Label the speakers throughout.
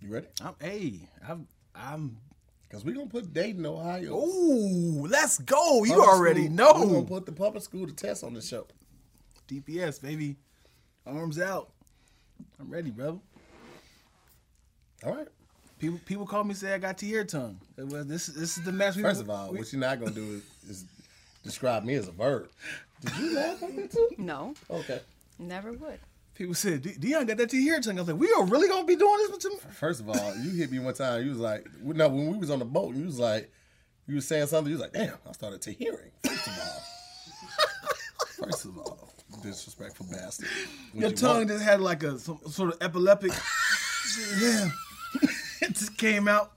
Speaker 1: You ready?
Speaker 2: I'm hey, I'm I'm
Speaker 1: Because we're going to put Dayton, Ohio.
Speaker 2: Ooh, let's go. You
Speaker 1: public
Speaker 2: already
Speaker 1: school- We're going
Speaker 2: know.
Speaker 1: to put the public school to test on the show.
Speaker 2: DPS, baby. Arms out. I'm ready, bro.
Speaker 1: All right.
Speaker 2: People people call me say I got tier tongue. It was- This this is the match we
Speaker 1: First of all, what you're not going to do is, is describe me as a bird. Did you laugh at that too?
Speaker 3: No,
Speaker 1: Okay.
Speaker 3: never would.
Speaker 2: people said "De- Dion got that tier tongue. I was like, we are really gonna be doing this with you?
Speaker 1: First of all, you hit me one time. You was like, no, when we was on the boat, you was like, you was saying something. You was like, damn, I started to hearing. First of all, first of all, disrespectful bastard. What
Speaker 2: Your
Speaker 1: you
Speaker 2: tongue
Speaker 1: want?
Speaker 2: just had like a some sort of epileptic. yeah, it just came out.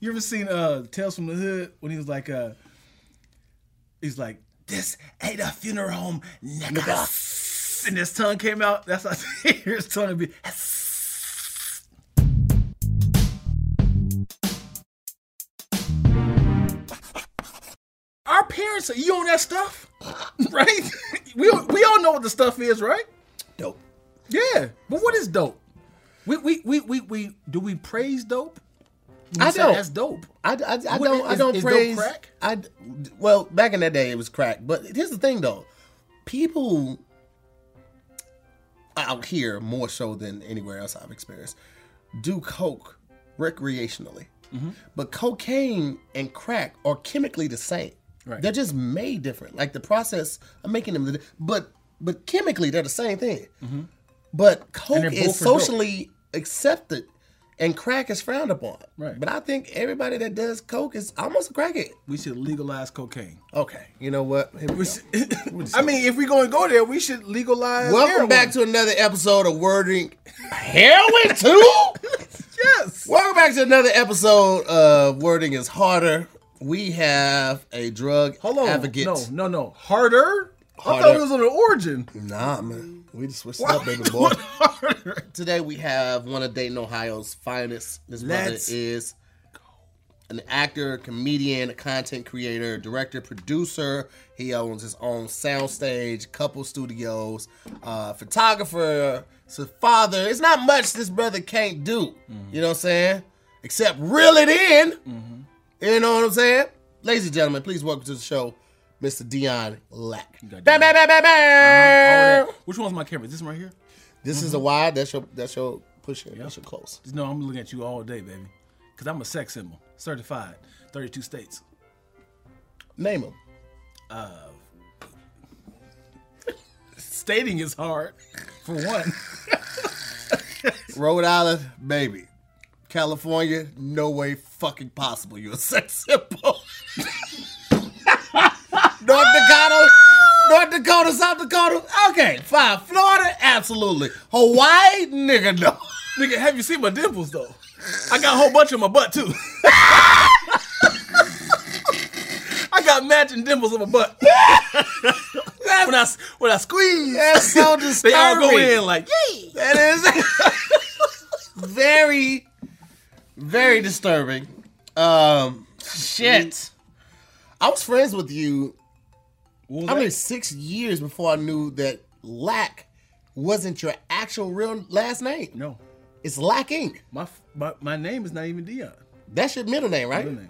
Speaker 2: You ever seen uh Tales from the Hood when he was like uh he's like this ain't a funeral home, nigga. And his tongue came out. That's how his tongue would be. Our parents are you on that stuff, right? we all- we all know what the stuff is, right?
Speaker 1: dope.
Speaker 2: Yeah, but what is dope? We we we we, we do we praise dope? We
Speaker 1: I
Speaker 2: say
Speaker 1: don't.
Speaker 2: That's dope.
Speaker 1: I, I, I
Speaker 2: What-
Speaker 1: don't I
Speaker 2: is-
Speaker 1: don't
Speaker 2: is dope
Speaker 1: praise
Speaker 2: crack?
Speaker 1: I d- well back in that day it was crack, but here's the thing though, people out here more so than anywhere else I've experienced do coke recreationally,
Speaker 2: Mm-hmm.
Speaker 1: but cocaine and crack are chemically the same.
Speaker 2: Right.
Speaker 1: They're just made different. Like the process of making them, but but chemically they're the same thing. But coke
Speaker 2: they're
Speaker 1: is
Speaker 2: both for dope.
Speaker 1: socially accepted, and crack is frowned upon.
Speaker 2: Right.
Speaker 1: But I think everybody that does coke is almost a crackhead.
Speaker 2: We should legalize cocaine.
Speaker 1: Okay. You know what? Here we go.
Speaker 2: I mean, if we're going to go there, we should legalize.
Speaker 1: Welcome
Speaker 2: heroin.
Speaker 1: back to another episode of Wording Heroin Too.
Speaker 2: yes.
Speaker 1: Welcome back to another episode of Wording is Harder. We have a drug
Speaker 2: Hold on.
Speaker 1: advocate.
Speaker 2: No, no, no. Harder. I thought
Speaker 1: Harder.
Speaker 2: it was on the origin.
Speaker 1: Nah, man. We just switched it up, baby boy. Today we have one of Dayton, Ohio's finest. This
Speaker 2: Let's
Speaker 1: brother is an actor, comedian, content creator, director, producer. He owns his own soundstage, couple studios, uh, photographer. It's a father. It's not much this brother can't do. You know what I'm saying? Except reel it in.
Speaker 2: Mm-hmm.
Speaker 1: You know what I'm saying? Ladies and gentlemen, please welcome to the show, Mr. Dion Lack. Bam,
Speaker 2: got Uh-huh.
Speaker 1: bam, bam, bam, bam.
Speaker 2: All that. Which one's my camera? Is this one right here?
Speaker 1: This is a
Speaker 2: Mm-hmm.
Speaker 1: wide. That's your that's your push in. That's your close.
Speaker 2: No, I'm looking at you all day, baby. Because I'm a sex symbol. Certified. 32 states.
Speaker 1: Name them.
Speaker 2: Stating is hard, for one.
Speaker 1: Rhode Island, baby. California, no way fucking possible. You're a sex symbol. North Dakota, North Dakota, South Dakota. Okay, fine. Florida, absolutely. Hawaii, nigga, no.
Speaker 2: Nigga, have you seen my dimples though? I got a whole bunch on my butt too. I got matching dimples on my butt. when I s- when I squeeze,
Speaker 1: That's so
Speaker 2: they all go
Speaker 1: disturbing.
Speaker 2: in like yay.
Speaker 1: That is very, very disturbing. Um,
Speaker 2: Mm.
Speaker 1: shit. I was friends with you. I mean, six years before I knew that Lack wasn't your actual real last name.
Speaker 2: no,
Speaker 1: It's Lack Inc.
Speaker 2: my, f- my my name is not even Dion.
Speaker 1: That's your middle name, right?
Speaker 2: Real name.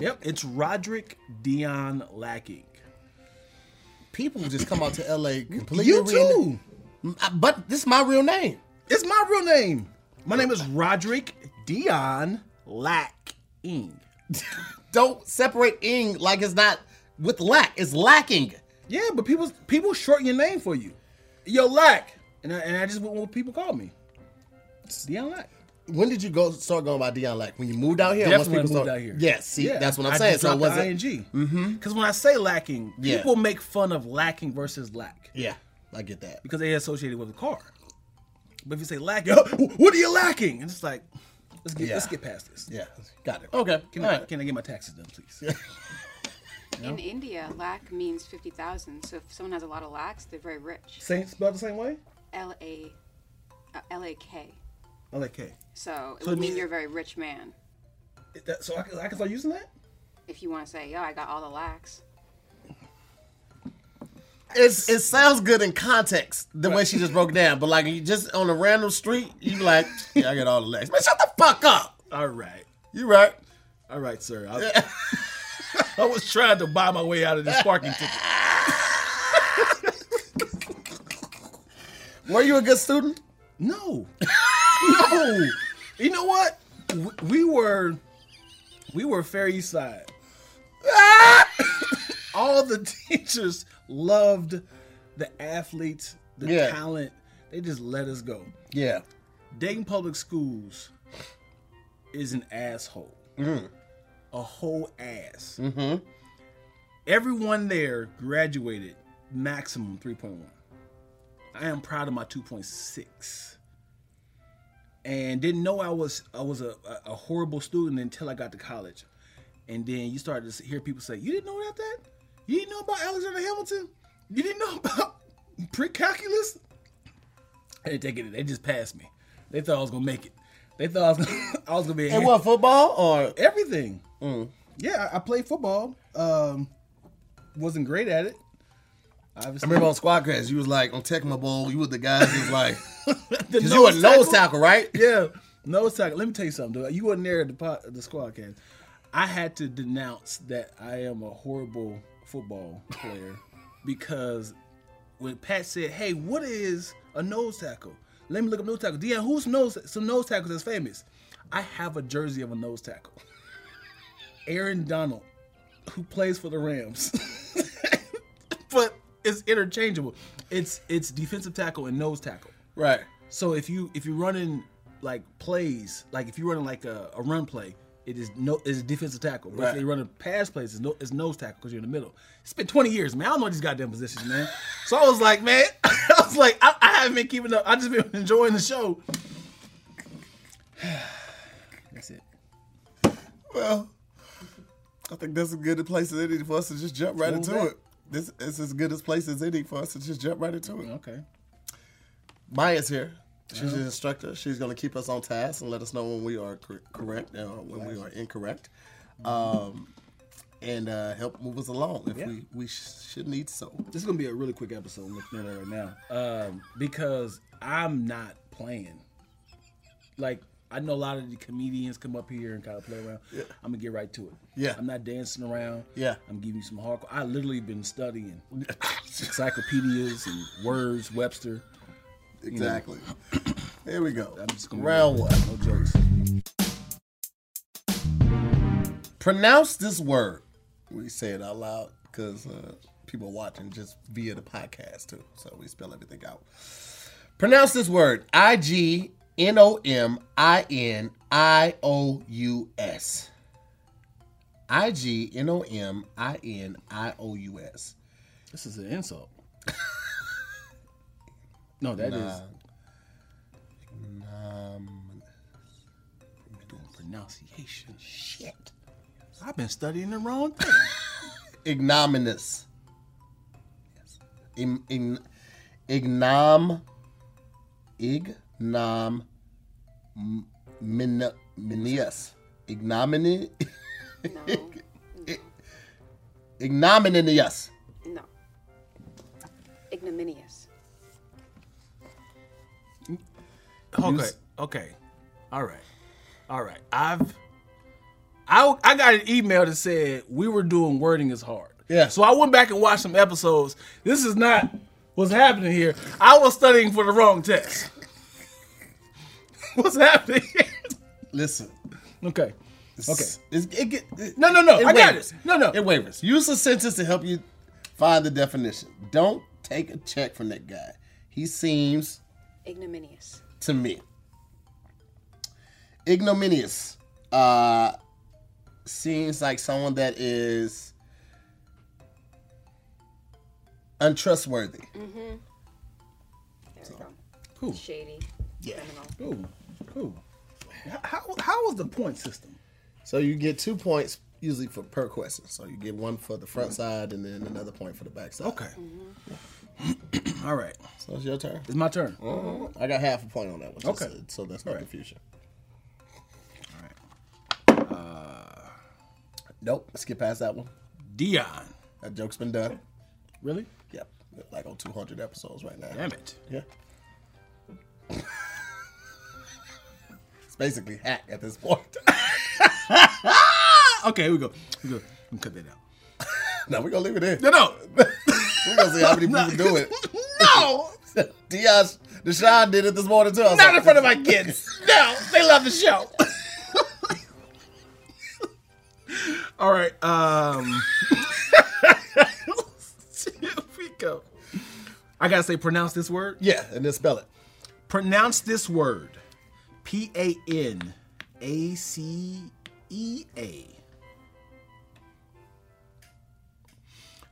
Speaker 2: Yep, it's Roderick Dion Lacking.
Speaker 1: People just come out to LA completely.
Speaker 2: You
Speaker 1: reign-
Speaker 2: too.
Speaker 1: I- But this is my real name.
Speaker 2: It's my real name. My name is Roderick Dion Lacking.
Speaker 1: Don't separate Ing like it's not with Lack. It's lacking.
Speaker 2: Yeah, but people people shorten your name for you. Yo, Lack. And I, and I just want what people call me. It's Deion Lack.
Speaker 1: When did you go start going by Dion Lack? When you moved out here? or
Speaker 2: That's when I
Speaker 1: people
Speaker 2: moved
Speaker 1: start-
Speaker 2: out here.
Speaker 1: Yes, see,
Speaker 2: Yeah,
Speaker 1: that's what I'm
Speaker 2: I
Speaker 1: saying.
Speaker 2: just
Speaker 1: So it
Speaker 2: dropped the
Speaker 1: wasn't.
Speaker 2: ing. Because when I say lacking,
Speaker 1: Yeah.
Speaker 2: people make fun of lacking versus lack
Speaker 1: Yeah, I get that.
Speaker 2: because they associate it with a car. But if you say lacking, what are you lacking? And it's like, let's get
Speaker 1: Yeah.
Speaker 2: let's get past this.
Speaker 1: Yeah, got it. Okay,
Speaker 2: Can
Speaker 1: all
Speaker 2: I
Speaker 1: right.
Speaker 2: can I get my taxes done, please?
Speaker 3: In India, lakh means 50,000. So if someone has a lot of lakhs, they're very rich.
Speaker 2: same spelled the same way.
Speaker 3: L A uh, L A K.
Speaker 2: I like K.
Speaker 3: So it
Speaker 2: So it
Speaker 3: would
Speaker 2: means-
Speaker 3: mean you're a very rich man
Speaker 2: Is that- So I can, I can start using that.
Speaker 3: "Oh, if you want to say, yo, I got all the lakhs.
Speaker 1: It's it sounds good in context the way she just broke down, but like you just on a random street, you like yeah, I get all the legs. Man, shut the fuck up.
Speaker 2: All right.
Speaker 1: You right?
Speaker 2: All right, sir. I, I was trying to buy my way out of this parking ticket.
Speaker 1: Were you a good student?
Speaker 2: No. no. You know what? W- We were we were Fair East Side. All the teachers loved the athletes, the
Speaker 1: Yeah.
Speaker 2: talent. They just let us go.
Speaker 1: Yeah.
Speaker 2: Dayton Public Schools is an asshole. A whole ass.
Speaker 1: Mm-hmm.
Speaker 2: Everyone there graduated maximum 3.1. I am proud of my 2.6. And didn't know I was I was a, a- a horrible student until I got to college. And then you started to hear people say, "You didn't know about that? You didn't know about Alexander Hamilton? You didn't know about pre-calculus?" I didn't take it. They just passed me. They thought I was gonna make it. They thought I was gonna, I was gonna be. a
Speaker 1: And what football or
Speaker 2: everything. Yeah, I, I played football. Um, wasn't great at it.
Speaker 1: I
Speaker 2: Obviously,
Speaker 1: remember on squad crash, you was like on Tecmo Bowl, you was the guy who was like,
Speaker 2: The
Speaker 1: cause you a nose
Speaker 2: tackle.
Speaker 1: tackle, right?
Speaker 2: Yeah, nose tackle. Let me tell you something, dude. You wasn't there at the pot, the squad cast. I had to denounce that I am a horrible football player because when Pat said, "Hey, what is a nose tackle?" Let me look up nose tackle. Dion, who's nose some nose tackles that's famous? I have a jersey of a nose tackle. Aaron Donald, who plays for the Rams. but it's interchangeable. It's it's defensive tackle and nose tackle.
Speaker 1: Right.
Speaker 2: So if you if you're running like plays, like if you're running like a, a run play, it is no it's a defensive tackle. But
Speaker 1: Right.
Speaker 2: if you're running pass plays, it's no it's nose tackle because you're in the middle. It's been 20 years, man. I don't know these goddamn positions, man. so I was like, man, I was like, I, I haven't been keeping up. I just been enjoying the show. That's it.
Speaker 1: Well, I think that's as good a place as any for us to just jump right
Speaker 2: What was into that? it.
Speaker 1: This is as good a place as any for us to just jump right into it.
Speaker 2: Okay. Uh-huh.
Speaker 1: Maya's here. She's an instructor. She's going to keep us on task and let us know when we are cor- correct and when we are incorrect, um, and uh, help move us along if
Speaker 2: Yeah.
Speaker 1: we, we sh- should need so.
Speaker 2: This is gonna be a really quick episode. I'm looking at it right now um, because I'm not playing. Like I know a lot of the comedians come up here and kind of play around. I'm gonna get right to it.
Speaker 1: Yeah.
Speaker 2: I'm not dancing around.
Speaker 1: Yeah.
Speaker 2: I'm giving you some hardcore. I literally been studying encyclopedias and words, Webster.
Speaker 1: Exactly. Here we go.
Speaker 2: just gonna-
Speaker 1: Round one.
Speaker 2: No jokes.
Speaker 1: Pronounce this word. We say it out loud because uh, people are watching just via the podcast too, so we spell everything out. Pronounce this word. I G N O M I N I O U S. I G N O M I N I O U S.
Speaker 2: This is an insult. no, that is
Speaker 1: Um,
Speaker 2: doing pronunciation. Shit. I've been studying the wrong thing.
Speaker 1: ignominious. Ign- ign- ignom. Ignom. Ignominious. Ignomini.
Speaker 3: No,
Speaker 1: Ignominious.
Speaker 3: no. Ignominious.
Speaker 2: Okay. Okay. All right. All right. I've I I got an email that said we were doing wording is hard.
Speaker 1: Yeah.
Speaker 2: So I went back and watched some episodes. This is not what's happening here. I was studying for the wrong test. what's happening? here?
Speaker 1: Listen.
Speaker 2: okay. Okay.
Speaker 1: It's- it get, it-
Speaker 2: No, no, no.
Speaker 1: It
Speaker 2: I got
Speaker 1: wavers.
Speaker 2: it. No, no.
Speaker 1: It wavers. Use a sentence to help you find the definition. Don't take a check from that guy. He seems
Speaker 3: Ignominious.
Speaker 1: to me. Ignominious uh, seems like someone that is untrustworthy.
Speaker 3: There we go.
Speaker 2: Cool.
Speaker 3: Shady.
Speaker 1: Yeah.
Speaker 3: Criminal.
Speaker 2: Cool. Cool. How how was the point system?
Speaker 1: So you get two points usually for per question. So you get one for the front side and then another point for the back side.
Speaker 2: Okay. All right.
Speaker 1: So it's your turn.
Speaker 2: It's my turn.
Speaker 1: Oh. I got half a point on that one.
Speaker 2: Okay.
Speaker 1: Okay. So that's not
Speaker 2: All right.
Speaker 1: confusion.
Speaker 2: All right. Uh,
Speaker 1: Nope. Skip past that one.
Speaker 2: Dion.
Speaker 1: That joke's been done.
Speaker 2: Really?
Speaker 1: Yep. like on 200 episodes right now.
Speaker 2: Damn it.
Speaker 1: Yeah. it's basically hack at this point.
Speaker 2: Ah, okay, here we go. Here we go. I'm cut that out.
Speaker 1: no, we're gonna leave it in.
Speaker 2: No, no,
Speaker 1: We're gonna see how many people do it.
Speaker 2: no,
Speaker 1: Dion, Deshaun did it this morning too. I was
Speaker 2: not
Speaker 1: like,
Speaker 2: in front of my kids. No, they love the show. All right. Um, here we go. I gotta say, pronounce this word.
Speaker 1: Yeah, and then spell it.
Speaker 2: Pronounce this word. P A N A C E A.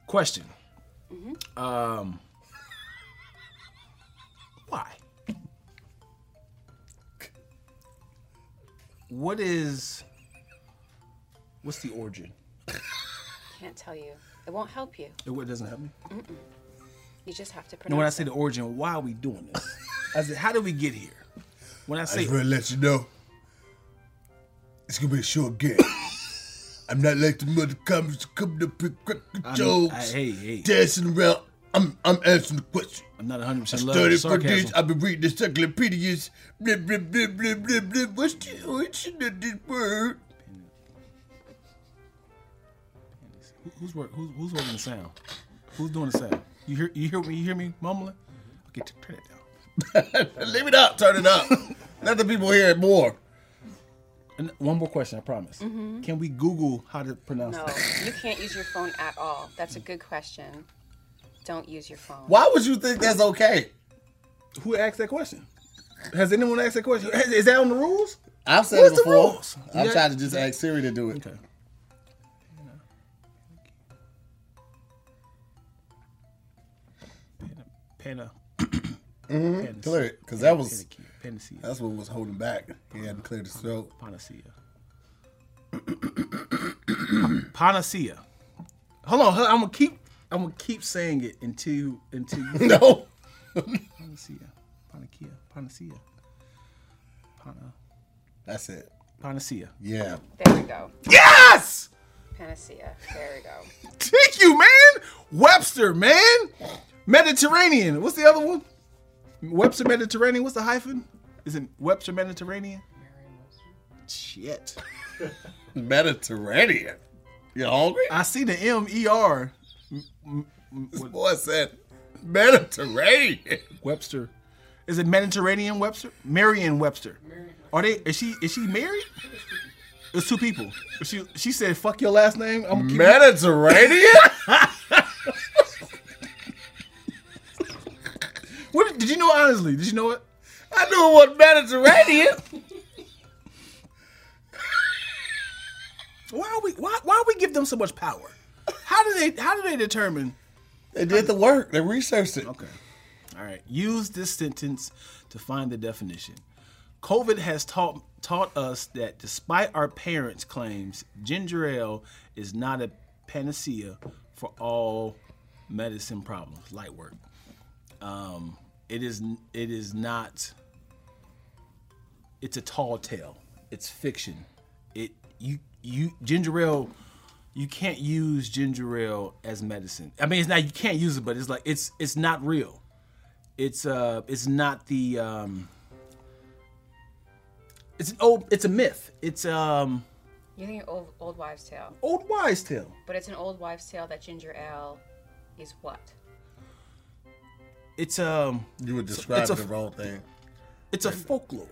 Speaker 2: Question. Um, why? What is. What's the origin?
Speaker 3: Can't tell you. It won't help you.
Speaker 2: It what doesn't help me.
Speaker 3: You just have to
Speaker 2: And
Speaker 3: pronounce.
Speaker 2: when I say the origin, why are we doing this? As in, how did we get here? When I say
Speaker 1: to let you know, it's gonna be a short game. I'm not like the mother comments coming up with cracking
Speaker 2: I mean,
Speaker 1: jokes,
Speaker 2: I- hey, hey.
Speaker 1: dancing around. I'm I'm answering the question.
Speaker 2: I'm not 100 percent love
Speaker 1: Study for
Speaker 2: sarcasm.
Speaker 1: days. I've been reading the encyclopedias. Blah, blah, blah, blah, blah, blah. What's the origin of this word?
Speaker 2: Who- Who's work, who's who's working the sound? Who's doing the sound? You hear you hear me? You hear me mumbling? Okay, t- turn it down.
Speaker 1: Leave it up, turn it up. Let the people hear it more.
Speaker 2: And one more question, I promise. Can we Google how to pronounce
Speaker 3: no,
Speaker 2: that?
Speaker 3: you can't use your phone at all. That's a good question. Don't use your phone.
Speaker 1: Why would you think that's okay?
Speaker 2: Who asked that question? Has anyone asked that question? Is is that on the rules?
Speaker 1: I've said
Speaker 2: What's
Speaker 1: it
Speaker 2: the
Speaker 1: before.
Speaker 2: rules?
Speaker 1: I'm
Speaker 2: Yeah.
Speaker 1: trying to just ask Siri to do it.
Speaker 2: Okay. Panna. Mm-hmm. Panna.
Speaker 1: Clear it, because that was
Speaker 2: Panacea. Panacea.
Speaker 1: that's what was holding back. He hadn't cleared his throat.
Speaker 2: Panacea. Panacea. Hold on, I'm gonna keep. I'm gonna keep saying it until until you
Speaker 1: No.
Speaker 2: panacea, panacea, panacea, Pana,
Speaker 1: That's it.
Speaker 2: panacea.
Speaker 1: Yeah.
Speaker 3: There we go.
Speaker 2: Yes,
Speaker 3: Panacea. There we go.
Speaker 2: thank you, man. Webster, man. Mediterranean. What's the other one? Webster Mediterranean. What's the hyphen? Is it Webster Mediterranean? Shit.
Speaker 1: Mediterranean. You hungry?
Speaker 2: I see the M E R.
Speaker 1: This boy said Mediterranean.
Speaker 2: Webster. Is it Mediterranean Webster? Marion Webster. Are they? Is she? Is she married? It's two people. She she said, "Fuck your last name." I'm keep-
Speaker 1: Mediterranean?
Speaker 2: what, did you know? Honestly, did you know it?
Speaker 1: I knew it was Mediterranean.
Speaker 2: Why are we? Why why we give them so much power? How do they? How do they determine?
Speaker 1: They did the work. They researched it.
Speaker 2: Okay. All right. Use this sentence to find the definition. COVID has taught taught us that despite our parents' claims, ginger ale is not a panacea for all medicine problems. Light work. Um, it is it is not it's a tall tale. It's fiction. It you you ginger ale you can't use ginger ale as medicine. I mean it's not you can't use it, but it's like it's it's not real. It's uh it's not the um it's an old it's a myth. It's um
Speaker 3: You think old old wives' tale,
Speaker 2: old wise tale.
Speaker 3: but it's an old wives' tale that ginger ale is what?
Speaker 2: It's um
Speaker 1: You were describing
Speaker 2: a-
Speaker 1: the wrong thing.
Speaker 2: it's a folklore.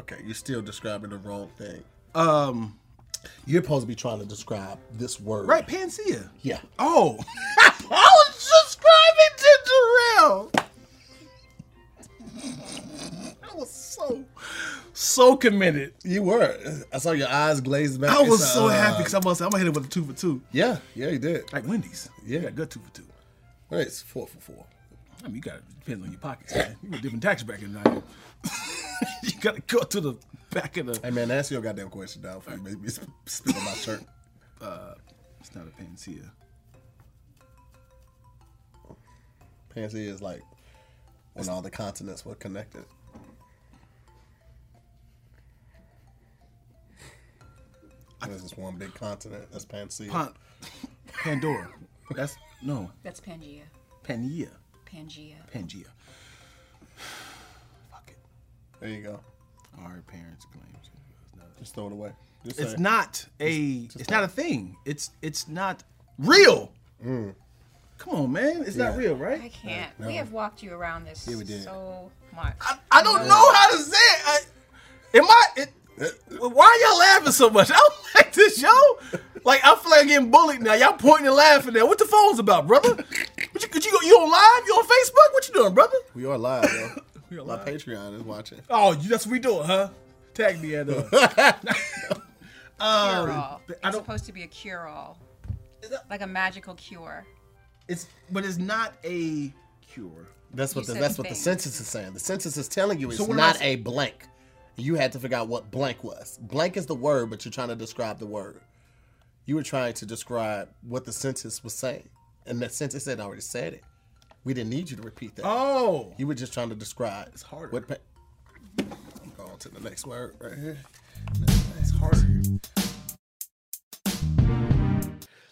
Speaker 1: Okay, you're still describing the wrong thing.
Speaker 2: Um
Speaker 1: You're supposed to be trying to describe this word.
Speaker 2: right, panacea.
Speaker 1: Yeah.
Speaker 2: Oh, I was subscribing to Jarrell. I was so, so committed.
Speaker 1: You were. I saw your eyes glaze back.
Speaker 2: I was
Speaker 1: It's,
Speaker 2: so
Speaker 1: uh,
Speaker 2: happy because I'm gonna, say, I'm gonna hit it with a two for two,
Speaker 1: Yeah, yeah, you did.
Speaker 2: like Wendy's.
Speaker 1: Yeah.
Speaker 2: you got a good two for two.
Speaker 1: Wait, it's four for four.
Speaker 2: I mean, you got to depends on your pockets. Man. You got different tax bracket than I do. you got to go to the back of the.
Speaker 1: Hey man, answer your goddamn question now before you make me sp- spit on my shirt.
Speaker 2: It's not a panacea.
Speaker 1: Pansy is like when all the continents were connected. There's this one big continent. That's Pansy.
Speaker 2: Pan, Pandora. That's no
Speaker 3: That's Pangea.
Speaker 4: Pangea.
Speaker 3: Pangea.
Speaker 4: Pangea. Fuck it.
Speaker 2: There you go.
Speaker 4: Our parents claims.
Speaker 2: Just throw it away. Just
Speaker 4: It's
Speaker 2: say-
Speaker 4: not a. It's not a thing. It's it's not real. Come on, man. It's not
Speaker 2: Yeah.
Speaker 4: real,
Speaker 3: I
Speaker 4: right?
Speaker 3: can't. We have walked you around this
Speaker 2: we did.
Speaker 3: so much.
Speaker 4: I, I don't know how to say it. I, am I? It, why y'all laughing so much? I don't like this, yo. Like I feel like I'm getting bullied now. Y'all pointing and laughing now. What the phone's about, brother? What you, could you, you on live? You on Facebook? What you doing, brother?
Speaker 2: We are live, yo.
Speaker 4: We are
Speaker 2: My
Speaker 4: live.
Speaker 2: Patreon is watching.
Speaker 4: Oh, you, that's what we doing, huh? Tag me at uh,
Speaker 3: Cure-all.
Speaker 4: but I
Speaker 3: It's
Speaker 4: don't-
Speaker 3: supposed to be a cure-all, like a magical cure.
Speaker 4: It's but it's not a cure.
Speaker 2: That's what
Speaker 3: You
Speaker 2: the,
Speaker 3: said
Speaker 2: that's what the
Speaker 3: things.
Speaker 2: census is saying. The census is telling you it's
Speaker 4: So when I
Speaker 2: not
Speaker 4: s-
Speaker 2: a blank. You had to figure out what blank was. Blank is the word, but you're trying to describe the word. You were trying to describe what the census was saying, and the census had already said it. We didn't need you to repeat that.
Speaker 4: Oh,
Speaker 2: You were just trying to describe. It's
Speaker 4: harder.
Speaker 2: What pa- I'm going to the next word right here.
Speaker 4: it's harder.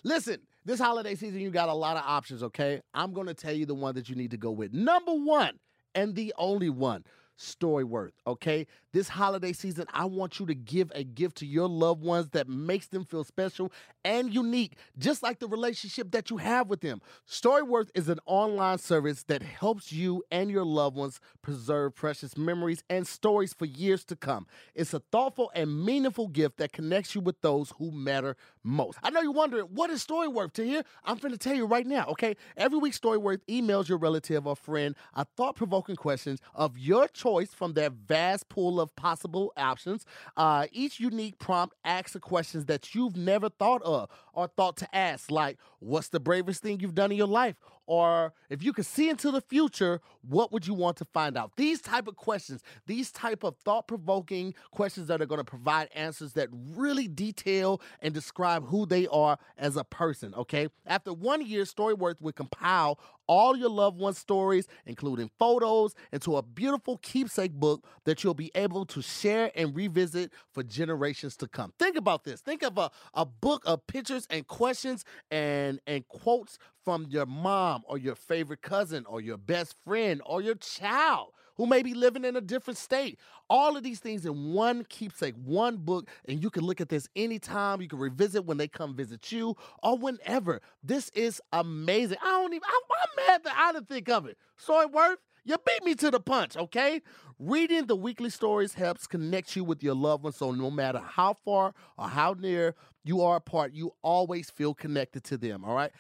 Speaker 2: Listen, this holiday season, you got a lot of options, okay? I'm going to tell you the one that you need to go with. Number one, and the only one, Storyworth, okay? This holiday season, I want you to give a gift to your loved ones that makes them feel special and unique, just like the relationship that you have with them. Storyworth is an online service that helps you and your loved ones preserve precious memories and stories for years to come. It's a thoughtful and meaningful gift that connects you with those who matter most. I know you're wondering, what is Storyworth to hear? I'm finna tell you right now, okay? Every week, Storyworth emails your relative or friend a thought provoking questions of your choice from their vast pool of possible options. Uh, each unique prompt asks the questions that you've never thought of or thought to ask, like, what's the bravest thing you've done in your life? Or if you could see into the future, what would you want to find out? These type of questions, these type of thought-provoking questions that are going to provide answers that really detail and describe who they are as a person, okay? After one year, Storyworth will compile all your loved ones' stories, including photos, into a beautiful keepsake book that you'll be able to share and revisit for generations to come. Think about this. Think of a, a book of pictures and questions and, and quotes from your mom or your favorite cousin or your best friend or your child who may be living in a different state. All of these things in one keepsake, one book, and you can look at this anytime. You can revisit when they come visit you or whenever. This is amazing. I don't even, I'm, I'm mad that I didn't think of it. Soy Worth, you beat me to the punch, okay? Reading the weekly stories helps connect you with your loved ones, so no matter how far or how near you are apart, you always feel connected to them, all right?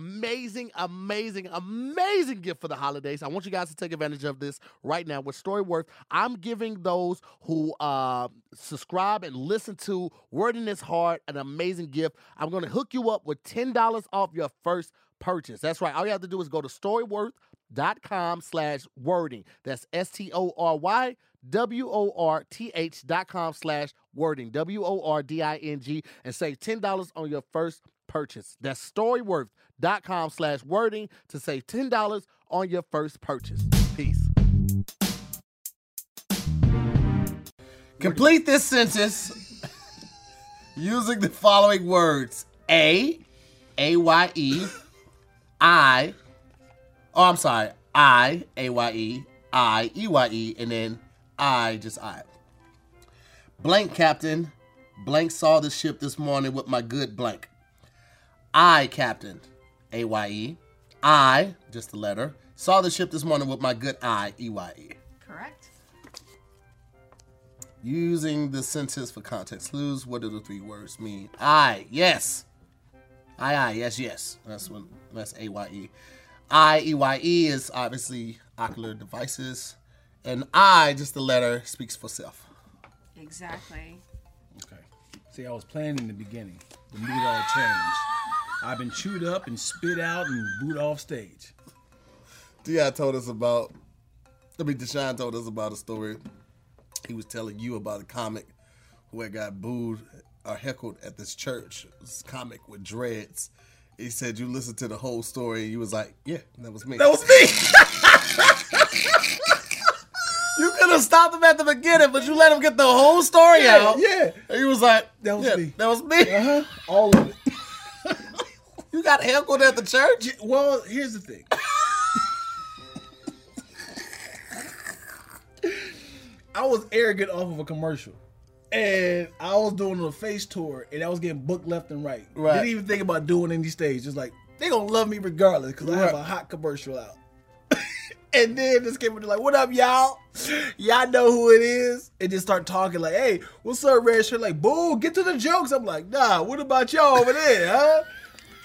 Speaker 2: Amazing, amazing, amazing gift for the holidays. I want you guys to take advantage of this right now with Storyworth. I'm giving those who uh, subscribe and listen to Word in His Heart an amazing gift. I'm going to hook you up with $10 off your first purchase. That's right. All you have to do is go to storyworth.com slash wording. That's S-T-O-R-Y W-O-R-T-H dot com slash wording. W-O-R-D-I-N-G and save $10 on your first purchase. That's storyworth.com slash wording to save $10 on your first purchase. Peace. Complete this sentence using the following words. A, A Y E, I, oh, I'm sorry, I, A Y E, I, E Y E, and then I, just I. Blank, Captain. Blank saw the ship this morning with my good blank. I, Captain, A Y E, I, just the letter, saw the ship this morning with my good eye, E Y E.
Speaker 3: Correct.
Speaker 2: Using the sentence for context clues, what do the three words mean? I, yes. I, I, yes, yes. That's when that's A Y E. I E Y E is obviously ocular devices, and I, just the letter, speaks for self.
Speaker 3: Exactly.
Speaker 4: Okay. See, I was planning in the beginning. The mood all changed. I've been chewed up and spit out and booed off stage.
Speaker 2: Di told us about. I mean, Deshaun told us about a story. He was telling you about a comic who had got booed or heckled at this church. This comic with dreads. He said you listened to the whole story. You was like, yeah, that was me.
Speaker 4: That was me.
Speaker 2: you could have stopped him at the beginning, but you let him get the whole story
Speaker 4: Yeah,
Speaker 2: out.
Speaker 4: yeah.
Speaker 2: And he was like,
Speaker 4: That was
Speaker 2: "Yeah,
Speaker 4: me."
Speaker 2: That was me.
Speaker 4: Uh huh. All of it.
Speaker 2: You got heckled at the church.
Speaker 4: Well, here's the thing. I was arrogant off of a commercial. And I was doing a face tour and I was getting booked left and right.
Speaker 1: Right.
Speaker 4: Didn't even think about doing any stage. Just like, they gonna love me regardless, because I have a
Speaker 1: Right.
Speaker 4: hot commercial out. and then this came like, what up, y'all? Y'all know who it is? And just start talking like, hey, what's up, Red Shirt? Like, boo, get to the jokes. I'm like, nah, what about y'all over there, huh?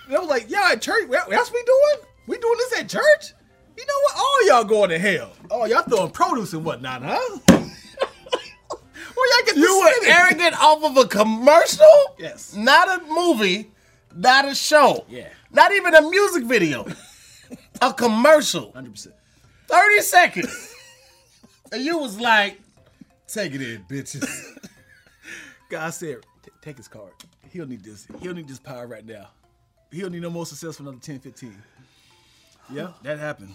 Speaker 4: And I was like, y'all at church? That- That's what we doing? We doing this at church? You know what? All y'all going to hell. Oh, y'all throwing produce and whatnot, huh? Where y'all get this
Speaker 1: You were
Speaker 4: spinning?
Speaker 1: arrogant off of a commercial?
Speaker 4: Yes.
Speaker 1: Not a movie, not a show.
Speaker 4: Yeah.
Speaker 1: Not even a music video. a commercial.
Speaker 4: 100%.
Speaker 1: 30 seconds. and you was like, take it in, bitches.
Speaker 4: God said, "T- take his card. He'll need this. He'll need this power right now. He'll need no more success for another 10, 15. Yeah, that happened.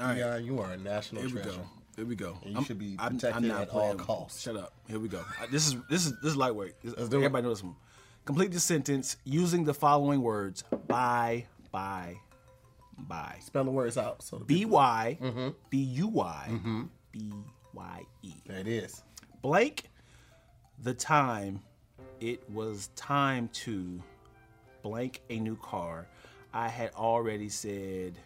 Speaker 4: All right.
Speaker 1: Yeah, you are a national
Speaker 4: Here we
Speaker 1: treasure.
Speaker 4: go. Here we go.
Speaker 1: you should be protected at all costs.
Speaker 4: Shut up. Here we go. I- this is this is this is lightweight. This-
Speaker 1: do it.
Speaker 4: everybody knows this one. Complete the sentence using the following words: by, by, by.
Speaker 1: Spell the words out. So the
Speaker 4: B y
Speaker 1: Mm-hmm.
Speaker 4: b u y b y e.
Speaker 1: There it is.
Speaker 4: Blank. The time. It was time to blank a new car. I had already said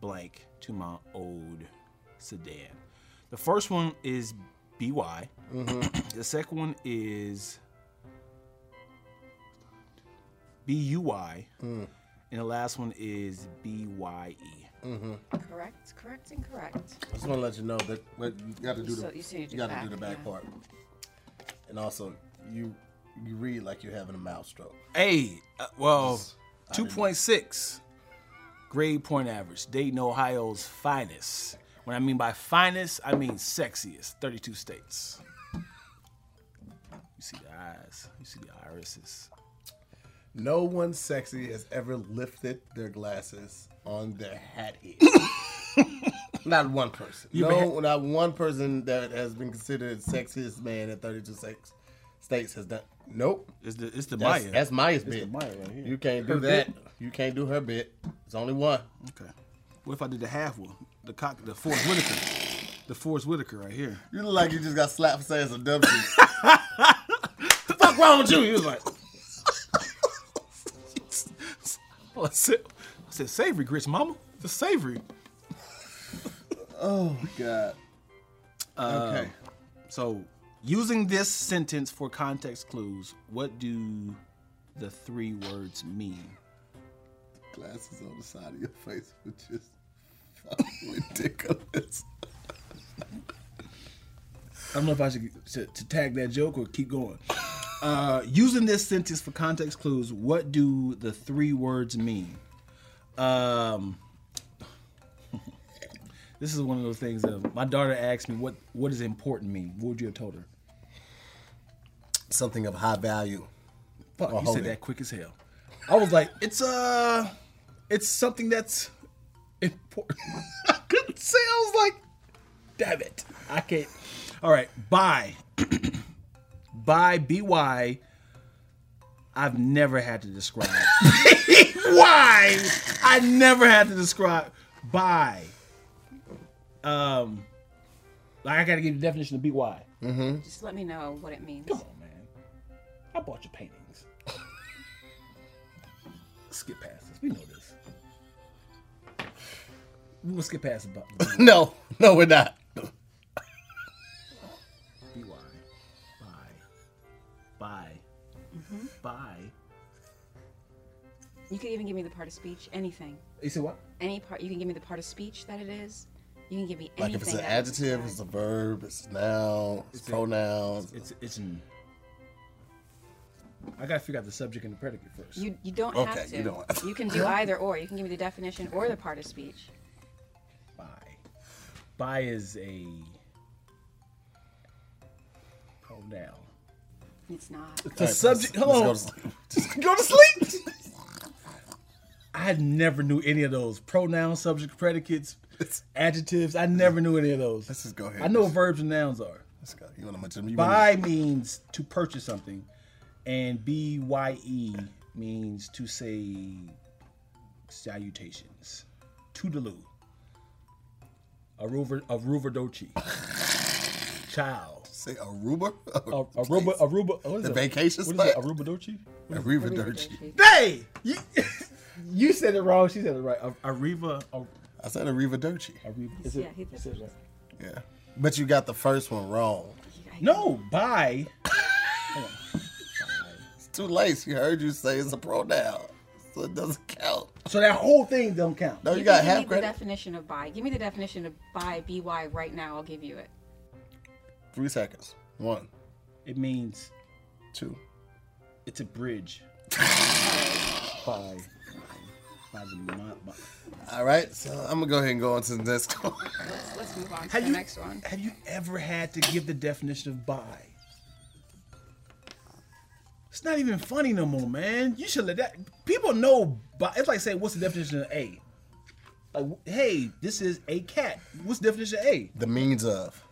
Speaker 4: blank to my old sedan. The first one is BY. the second one is BUY. And the last one is E. BYE.
Speaker 3: Correct, correct, and correct.
Speaker 1: I just want to let you know that but you got to do the
Speaker 3: So you say you do
Speaker 1: got to
Speaker 3: back,
Speaker 1: do the back
Speaker 3: yeah.
Speaker 1: part, and also you you read like you're having a mouth stroke.
Speaker 4: Hey, uh, well, 2.6 grade point average. Dayton, Ohio's finest. When I mean by finest, I mean sexiest. 32 states. You see the eyes, you see the irises.
Speaker 1: No one sexy has ever lifted their glasses on their hat ear. not one person. no, not one person that has been considered sexiest man in 32 sex, states has done. Nope.
Speaker 4: It's the, it's the
Speaker 1: That's,
Speaker 4: Maya.
Speaker 1: that's Maya's bit.
Speaker 4: Maya right here.
Speaker 1: You can't do
Speaker 4: Her
Speaker 1: that.
Speaker 4: bit.
Speaker 1: You can't do her bit. It's only one.
Speaker 4: okay. What if I did the half one? The cock, the Forrest Whitaker. The Forrest Whitaker right here.
Speaker 1: You look like you just got slapped for saying some dumb shit. the fuck wrong with you? You was like,
Speaker 4: Oh, I said, I said savory grits, mama. The savory.
Speaker 1: oh my god. okay.
Speaker 4: Um, So, using this sentence for context clues, what do the three words mean?
Speaker 1: Glasses on the side of your face, which is fucking ridiculous.
Speaker 4: I don't know if I should to, to tag that joke or keep going. Uh, using this sentence for context clues, what do the three words mean? Um, this is one of those things. Of, my daughter asked me, "What what does important mean?" What would you have told her?
Speaker 1: Something of high value.
Speaker 4: Fuck,
Speaker 1: Or
Speaker 4: you
Speaker 1: hold
Speaker 4: said
Speaker 1: it.
Speaker 4: that quick as hell. I was like, it's uh it's something that's important. I couldn't say. I was like, damn it, I can't. All right, bye, bye, by. I've never had to describe why. I never had to describe by. Um, like I gotta give you the definition of by.
Speaker 3: Just let me know what it means.
Speaker 4: Come on, man. I bought your paintings. skip past this. We know this. We will skip past about the
Speaker 1: No, no, we're not.
Speaker 4: BY. Bye. Bye. Bye.
Speaker 3: You could even give me the part of speech, anything.
Speaker 4: You see what?
Speaker 3: Any part. You can give me the part of speech that it is. You can give me anything.
Speaker 1: Like if it's an
Speaker 3: that it
Speaker 1: adjective,
Speaker 3: describes.
Speaker 1: it's a verb, it's a noun, it's pronouns.
Speaker 4: It's it's an. I gotta figure out the subject and the predicate first.
Speaker 3: You, you don't
Speaker 1: Okay,
Speaker 3: have to.
Speaker 1: you don't have to.
Speaker 3: You can do either or. You can give me the definition or the part of speech.
Speaker 4: Bye. Bye is a pronoun.
Speaker 3: It's not.
Speaker 4: The subject.
Speaker 1: let's-
Speaker 4: Hold on.
Speaker 1: let's go to
Speaker 4: Just go to sleep. I never knew any of those pronouns, subject, predicates, adjectives. I never knew any of those.
Speaker 1: Let's just go ahead.
Speaker 4: I know what verbs and nouns are.
Speaker 1: Let's go. You want to you
Speaker 4: Buy means to purchase something, and bye means to say salutations. Toodaloo. Aruver Aruver Dochi. Child.
Speaker 1: Say Aruba?
Speaker 4: A- Aruba Aruba what is
Speaker 1: The
Speaker 4: it?
Speaker 1: vacation
Speaker 4: What is it?
Speaker 1: spot?
Speaker 4: Aruba Dochi?
Speaker 1: Aruba Dirty.
Speaker 4: Hey! You, you said it wrong, she said it right. A- Arriva Ar-
Speaker 1: I said Aruba Dirty.
Speaker 4: Arriva. Is it,
Speaker 5: Yeah, he did.
Speaker 4: is it right?
Speaker 1: Yeah. But you got the first one wrong.
Speaker 4: No, bye.
Speaker 1: It's too late. She heard you say it's a pronoun. So it doesn't count.
Speaker 4: So that whole thing don't count.
Speaker 1: No, you,
Speaker 3: You
Speaker 1: got
Speaker 3: can give
Speaker 1: half
Speaker 3: me the
Speaker 1: credit.
Speaker 3: definition of bi. Give me the definition of bi, by right now. I'll give you it.
Speaker 1: Three seconds. One,
Speaker 4: It means
Speaker 1: two.
Speaker 4: it's a bridge. By by the mon- by-
Speaker 1: All right. So I'm going to go ahead and go on to the next one.
Speaker 3: Let's, let's move on to
Speaker 4: Have
Speaker 3: the
Speaker 4: you-
Speaker 3: next one.
Speaker 4: Have you ever had to give the definition of bi? It's not even funny no more, man. You should let that. People know bi. It's like saying, what's the definition of a? Like, hey, this is a cat. What's the definition of a?
Speaker 1: the means of.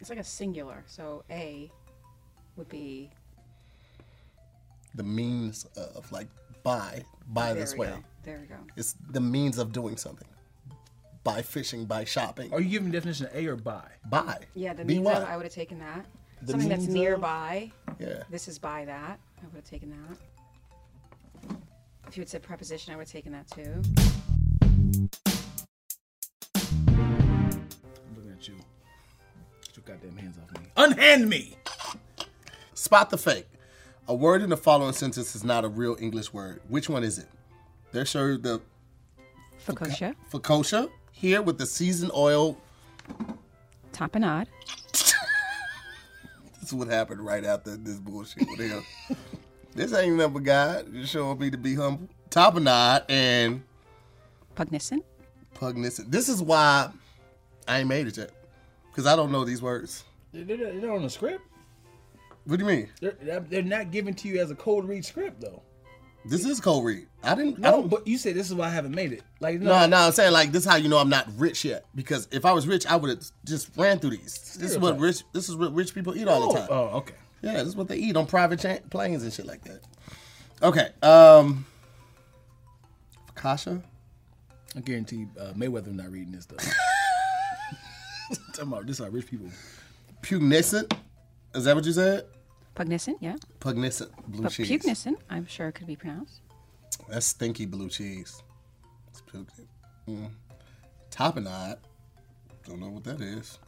Speaker 3: It's like a singular. So a would be
Speaker 1: The means of. Like, by. By
Speaker 3: there
Speaker 1: this
Speaker 3: we
Speaker 1: way.
Speaker 3: Go. There we go.
Speaker 1: It's the means of doing something. By fishing, by shopping.
Speaker 4: Are you giving definition of a or bi?
Speaker 1: by.
Speaker 3: Yeah, the
Speaker 1: Be
Speaker 3: means
Speaker 1: what?
Speaker 3: of, I would have taken that.
Speaker 4: The
Speaker 3: Something that's
Speaker 4: means of-
Speaker 3: nearby.
Speaker 1: Yeah.
Speaker 3: This is by that. I would have taken that. If you had said preposition, I would have taken that too.
Speaker 4: I'm looking at you. Get your goddamn hands off me. Unhand me.
Speaker 1: Spot the fake. A word in the following sentence is not a real English word. Which one is it? They're sure the
Speaker 3: Focaccia,
Speaker 1: focaccia here with the seasoned oil.
Speaker 3: tapenade,
Speaker 1: This is what happened right after this bullshit with him. this ain't nothing but God. You're showing me to be humble. Tapenade and
Speaker 3: pugnison,
Speaker 1: pugnacity. This is why I ain't made it yet. Because I don't know these words.
Speaker 4: They're, they're- they're not on the script.
Speaker 1: What do you mean?
Speaker 4: They're, they're- they're not given to you as a cold read script though.
Speaker 1: This is cold read. I didn't. I
Speaker 4: No,
Speaker 1: don't,
Speaker 4: but you said this is why I haven't made it. Like no,
Speaker 1: No, no, I'm saying like this is how you know I'm not rich yet. Because if I was rich, I would have just ran through these. This is what
Speaker 4: Stereotype.
Speaker 1: rich. This is what rich people eat all the time.
Speaker 4: Oh, okay.
Speaker 1: Yeah, this is what they eat on private cha- planes and shit like that. Okay. Um, Kasha.
Speaker 4: I guarantee uh, Mayweather not reading this stuff. Talking about this are rich people.
Speaker 1: Pugnacent. Is that what you said?
Speaker 3: pugnison, yeah.
Speaker 1: Pugnacent blue
Speaker 3: But
Speaker 1: cheese.
Speaker 3: pugnison, I'm sure it could be pronounced.
Speaker 1: That's stinky blue cheese. It's pugn- mm. Tapenade. Don't know what that is.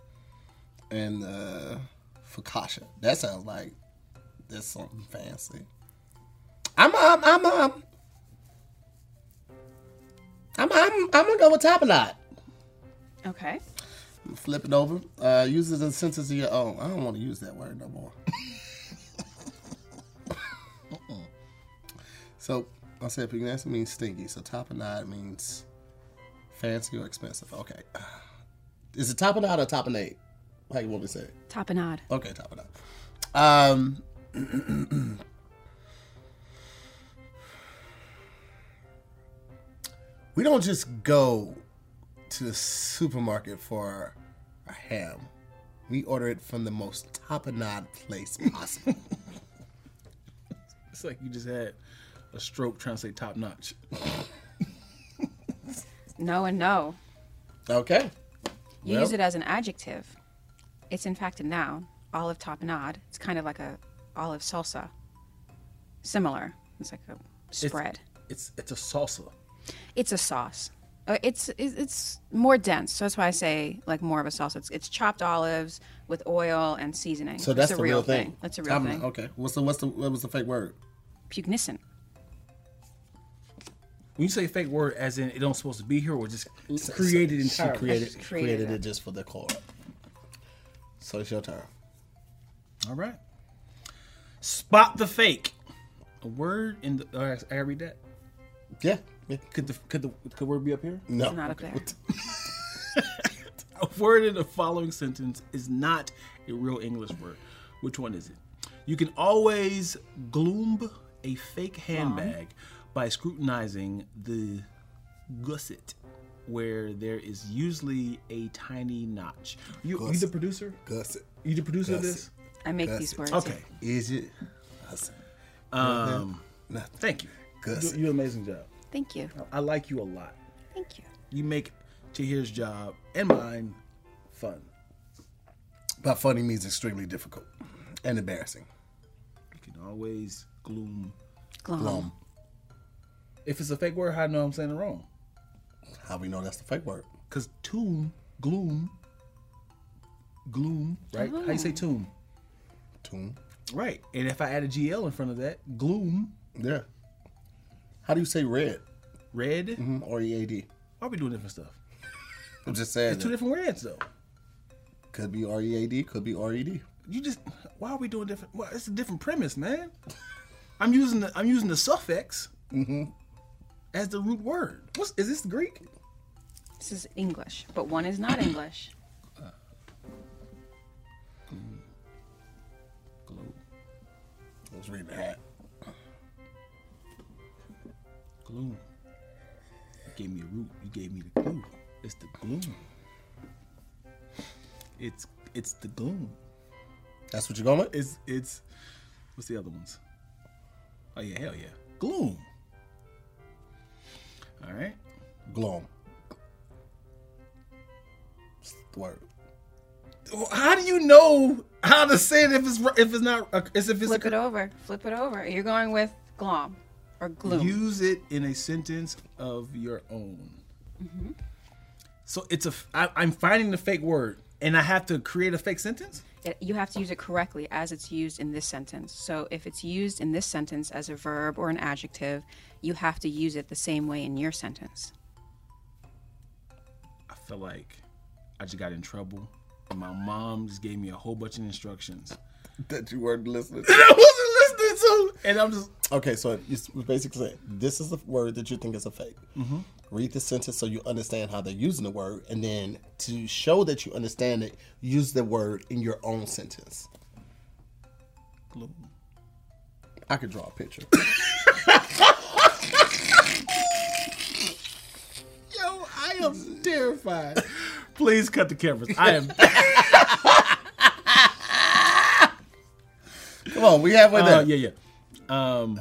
Speaker 1: And uh, focaccia. That sounds like that's something fancy. I'm I'm I'm I'm I'm I'm, I'm gonna go with tapenade.
Speaker 3: Okay.
Speaker 1: Flip it over. Uh, use it in a sentence of your own. I don't want to use that word no more. so I said pugnacity means stinky. So tapenade means fancy or expensive. Okay. Is it tapenade or tapenade? How you want me to say it?
Speaker 3: Tapenade.
Speaker 1: Okay, tapenade. Um, we don't just go to the supermarket for our ham. We order it from the most tapenade place possible.
Speaker 4: It's like you just had a stroke trying to say top notch.
Speaker 3: No and no.
Speaker 1: okay.
Speaker 3: You
Speaker 1: Well-
Speaker 3: use it as an adjective. It's in fact a noun. Olive tapenade. It's kind of like a olive salsa. Similar. It's like a spread.
Speaker 4: It's it's a salsa.
Speaker 3: It's, a sauce. Uh, It's it's it's more dense. So that's why I say like more of a sauce. It's, it's chopped olives with oil and seasoning.
Speaker 1: So that's
Speaker 3: it's
Speaker 1: the real thing.
Speaker 3: That's a real
Speaker 1: Tapenade,
Speaker 3: thing.
Speaker 1: Okay. What's the what's the what was the fake word?
Speaker 3: Pugnison.
Speaker 4: When you say fake word, as in it don't supposed to be here, or just created
Speaker 1: She
Speaker 4: entirely.
Speaker 1: created
Speaker 3: just created
Speaker 1: created
Speaker 3: it.
Speaker 1: it just for the call. So it's your turn.
Speaker 4: All right. Spot the fake. A word in the. all right, I gotta read that.
Speaker 1: Yeah. yeah.
Speaker 4: Could the could the could word be up here?
Speaker 1: No.
Speaker 3: It's not up there.
Speaker 4: A word in the following sentence is not a real English word. Which one is it? You can always gloom a fake handbag by scrutinizing the gusset, where there is usually a tiny notch. You, you the producer?
Speaker 1: Gusset.
Speaker 4: You the producer of
Speaker 1: Gusset.
Speaker 4: this?
Speaker 3: I make
Speaker 1: That's
Speaker 3: these
Speaker 1: it.
Speaker 3: words.
Speaker 4: Okay.
Speaker 1: Is it? I said,
Speaker 4: Um,
Speaker 1: nothing.
Speaker 4: thank you.
Speaker 1: Gusset.
Speaker 4: You do an amazing job. Oh.
Speaker 3: Thank you.
Speaker 4: I like you a lot.
Speaker 3: Thank you.
Speaker 4: You make Tahir's job and mine fun.
Speaker 1: By funny means extremely difficult and embarrassing.
Speaker 4: You can always gloom.
Speaker 3: Glum.
Speaker 1: Glum.
Speaker 4: If it's a fake word, how do I know I'm saying it wrong?
Speaker 1: How we know that's the fake word?
Speaker 4: Cause tomb, gloom, gloom, right? How you say tomb?
Speaker 1: Tune.
Speaker 4: Right. And if I add a GL in front of that, gloom,
Speaker 1: Yeah. How do you say red?
Speaker 4: red.
Speaker 1: R E A D.
Speaker 4: Why are we doing different stuff?
Speaker 1: I'm just saying.
Speaker 4: It's two
Speaker 1: it.
Speaker 4: different words though.
Speaker 1: Could be R E A D. Could be R E D.
Speaker 4: You just why are we doing different? Well, it's a different premise, man. I'm using the, I'm using the suffix as the root word. What's is this Greek?
Speaker 3: This is English, but one is not English.
Speaker 4: Gloom,
Speaker 1: I was reading that.
Speaker 4: gloom. You gave me a root. You gave me the glue. It's the gloom. It's it's the gloom.
Speaker 1: That's what you're going with?
Speaker 4: It's it's what's the other ones? Oh yeah, hell yeah, gloom. All right,
Speaker 1: Glom. It's the word.
Speaker 4: Well, how do you know how to say it if it's if it's not uh, as if it's
Speaker 3: Flip
Speaker 4: a,
Speaker 3: it over. Flip it over. You're going with glum or gloom.
Speaker 4: use it in a sentence of your own.
Speaker 3: Mm-hmm.
Speaker 4: So it's a I, I'm finding the fake word and I have to create a fake sentence.
Speaker 3: It, you have to use it correctly as it's used in this sentence. So if it's used in this sentence as a verb or an adjective, you have to use it the same way in your sentence.
Speaker 4: I feel like I just got in trouble. And my mom just gave me a whole bunch of instructions.
Speaker 1: That you weren't listening.
Speaker 4: And I wasn't listening to, and I'm just
Speaker 1: Okay, so it's we're basically saying this is the word that you think is a fake.
Speaker 4: Mm-hmm.
Speaker 1: Read the sentence so you understand how they're using the word, and then to show that you understand it, use the word in your own sentence.
Speaker 4: gloom.
Speaker 1: I could draw a picture.
Speaker 4: Yo, I am terrified. Please cut the cameras. I am.
Speaker 1: Come on, we halfway there.
Speaker 4: Uh, yeah, yeah. Um,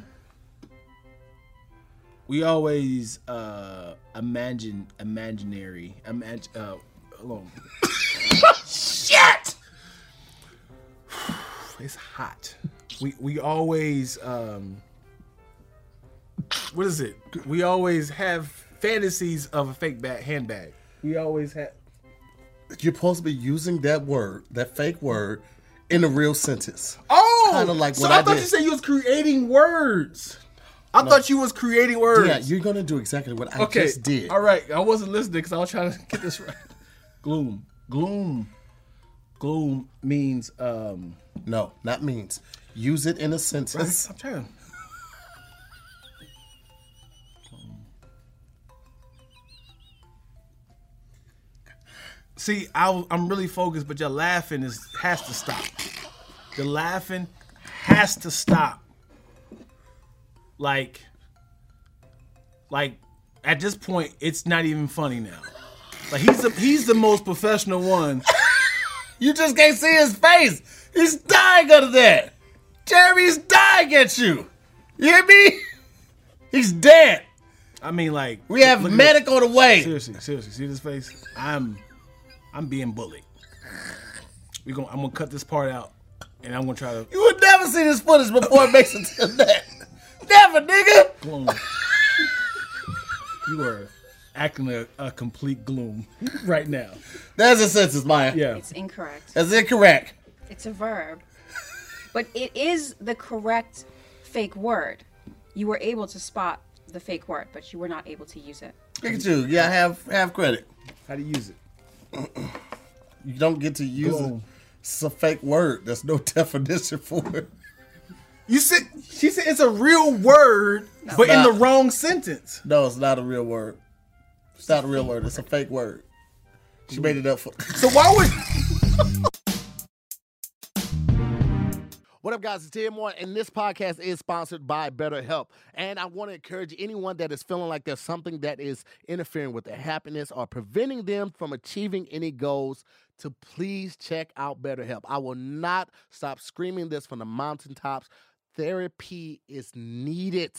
Speaker 4: we always uh, imagine imaginary. Imagine. Uh, hold on. Shit. It's hot. We we always um. What is it? We always have fantasies of a fake bag, handbag. We always have.
Speaker 1: You're supposed to be using that word, that fake word, in a real sentence.
Speaker 4: Oh,
Speaker 1: Kinda like
Speaker 4: so
Speaker 1: what
Speaker 4: I,
Speaker 1: I
Speaker 4: thought
Speaker 1: did.
Speaker 4: you said you was creating words. I thought you was creating words.
Speaker 1: Yeah, you're gonna do exactly what I
Speaker 4: okay.
Speaker 1: just did.
Speaker 4: All right, I wasn't listening because I was trying to get this right. gloom, gloom, gloom means um.
Speaker 1: No, not means. Use it in a sentence.
Speaker 4: I'm trying. to- See, I, am really focused, but your laughing is has to stop. The laughing has to stop. Like, like at this point, it's not even funny now. Like he's the, he's the most professional one.
Speaker 1: You just can't see his face. He's dying under that. Jeremy's dying at you. You hear me? He's dead.
Speaker 4: I mean, like
Speaker 1: We have
Speaker 4: look at this.
Speaker 1: medic on the way.
Speaker 4: Seriously, seriously, see this face? I'm, I'm being bullied. We going I'm gonna cut this part out, and I'm gonna try to
Speaker 1: You would never see this footage before it makes it to that. Never, nigga.
Speaker 4: gloom. you are acting a, a complete gloom right now.
Speaker 1: There's a sentence, Maya.
Speaker 4: Yeah,
Speaker 3: It's incorrect.
Speaker 1: That's incorrect.
Speaker 3: It's a verb. But it is the correct fake word. You were able to spot the fake word, but you were not able to use it.
Speaker 1: Look at you. Yeah, have have credit.
Speaker 4: how to use it?
Speaker 1: You don't get to use it.
Speaker 4: Gloom.
Speaker 1: It's a fake word. There's no definition for it.
Speaker 4: You said she said it's a real word, but in
Speaker 1: Nah.
Speaker 4: the wrong sentence.
Speaker 1: No, it's not a real word. It's not a real word. It's a fake word. She made it up for.
Speaker 4: So why would?
Speaker 1: What up, guys? It's Tim Moore, and this podcast is sponsored by BetterHelp. And I want to encourage anyone that is feeling like there's something that is interfering with their happiness or preventing them from achieving any goals to please check out BetterHelp. I will not stop screaming this from the mountaintops. Therapy is needed.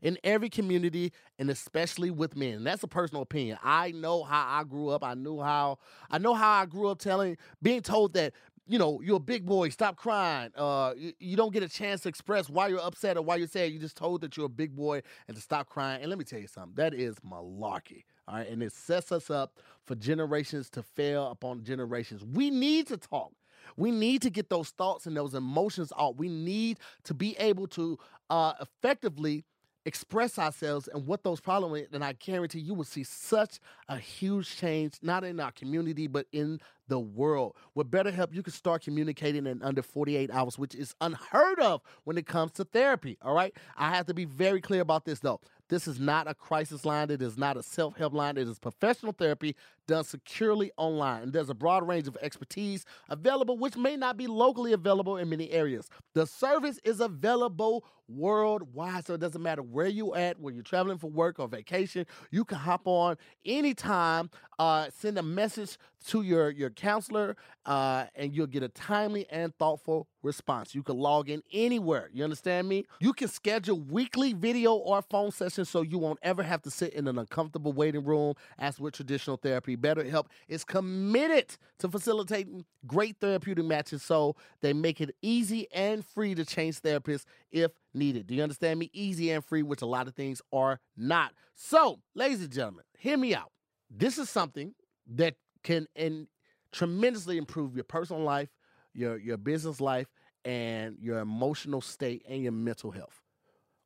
Speaker 2: in every community and especially with men. And that's a personal opinion. I know how I grew up. I knew how I know how I grew up telling being told that you know, you're a big boy, stop crying. Uh, you, you don't get a chance to express why you're upset or why you're sad. You just told that you're a big boy and to stop crying. And let me tell you something, that is malarkey. All right. And it sets us up for generations to fail upon generations. We need to talk. We need to get those thoughts and those emotions out. We need to be able to uh, effectively express ourselves and what those problems are. And I guarantee you will see such a huge change, not in our community, but in the world. With BetterHelp, you can start communicating in under 48 hours, which is unheard of when it comes to therapy. All right. I have to be very clear about this, though. This is not a crisis line. It is not a self help line. It is professional therapy done securely online. And there's a broad range of expertise available, which may not be locally available in many areas. The service is available worldwide. So it doesn't matter where you're at, where you're traveling for work or vacation, you can hop on anytime, uh, send a message to your, your counselor, uh, and you'll get a timely and thoughtful response. You can log in anywhere. You understand me? You can schedule weekly video or phone sessions so you won't ever have to sit in an uncomfortable waiting room as with traditional therapy. BetterHelp is committed to facilitating great therapeutic matches so they make it easy and free to change therapists if needed. Do you understand me? Easy and free, which a lot of things are not. So, ladies and gentlemen, hear me out. This is something that can and tremendously improve your personal life, your your business life, and your emotional state and your mental health.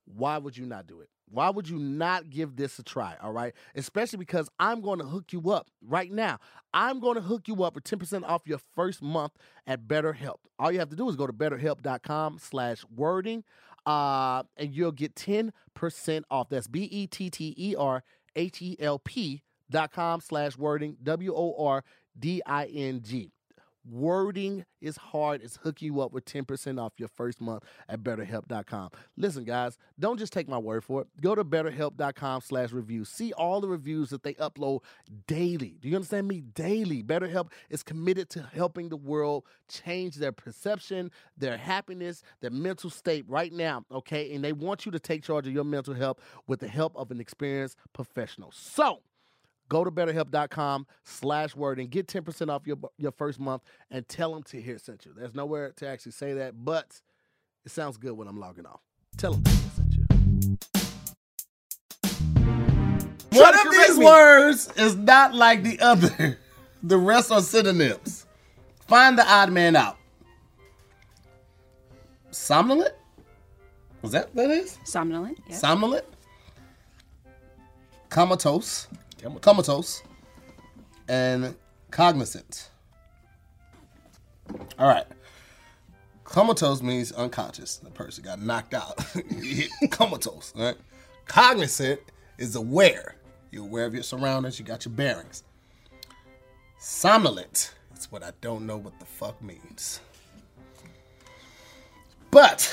Speaker 2: Why would you not do it? Why would you not give this a try? All right. Especially because I'm going to hook you up right now. I'm going to hook you up for 10% off your first month at BetterHelp. All you have to do is go to betterhelp.com slash wording uh, and you'll get 10% off. That's B E T T E R H E L P dot com slash wording W O R D I N G. Wording is hard. It's hooking you up with 10% off your first month at betterhelp.com. Listen, guys, don't just take my word for it. Go to betterhelp.com slash review. See all the reviews that they upload daily. Do you understand me? Daily. BetterHelp is committed to helping the world change their perception, their happiness, their mental state right now, okay? And they want you to take charge of your mental health with the help of an experienced professional. So, go to betterhelp.com slash word and get 10% off your, your first month and tell them to here sent you there's nowhere to actually say that but it sounds good when i'm logging off tell them here sent you
Speaker 4: Try
Speaker 2: one
Speaker 4: to
Speaker 2: of
Speaker 4: correct
Speaker 2: these
Speaker 4: me.
Speaker 2: words is not like the other the rest are synonyms find the odd man out somnolent was that what that is
Speaker 3: Somnolent. Yes.
Speaker 2: somnolent comatose
Speaker 4: Come on.
Speaker 2: comatose and cognizant all right comatose means unconscious the person got knocked out You hit comatose all right cognizant is aware you're aware of your surroundings you got your bearings somnolent is what i don't know what the fuck means but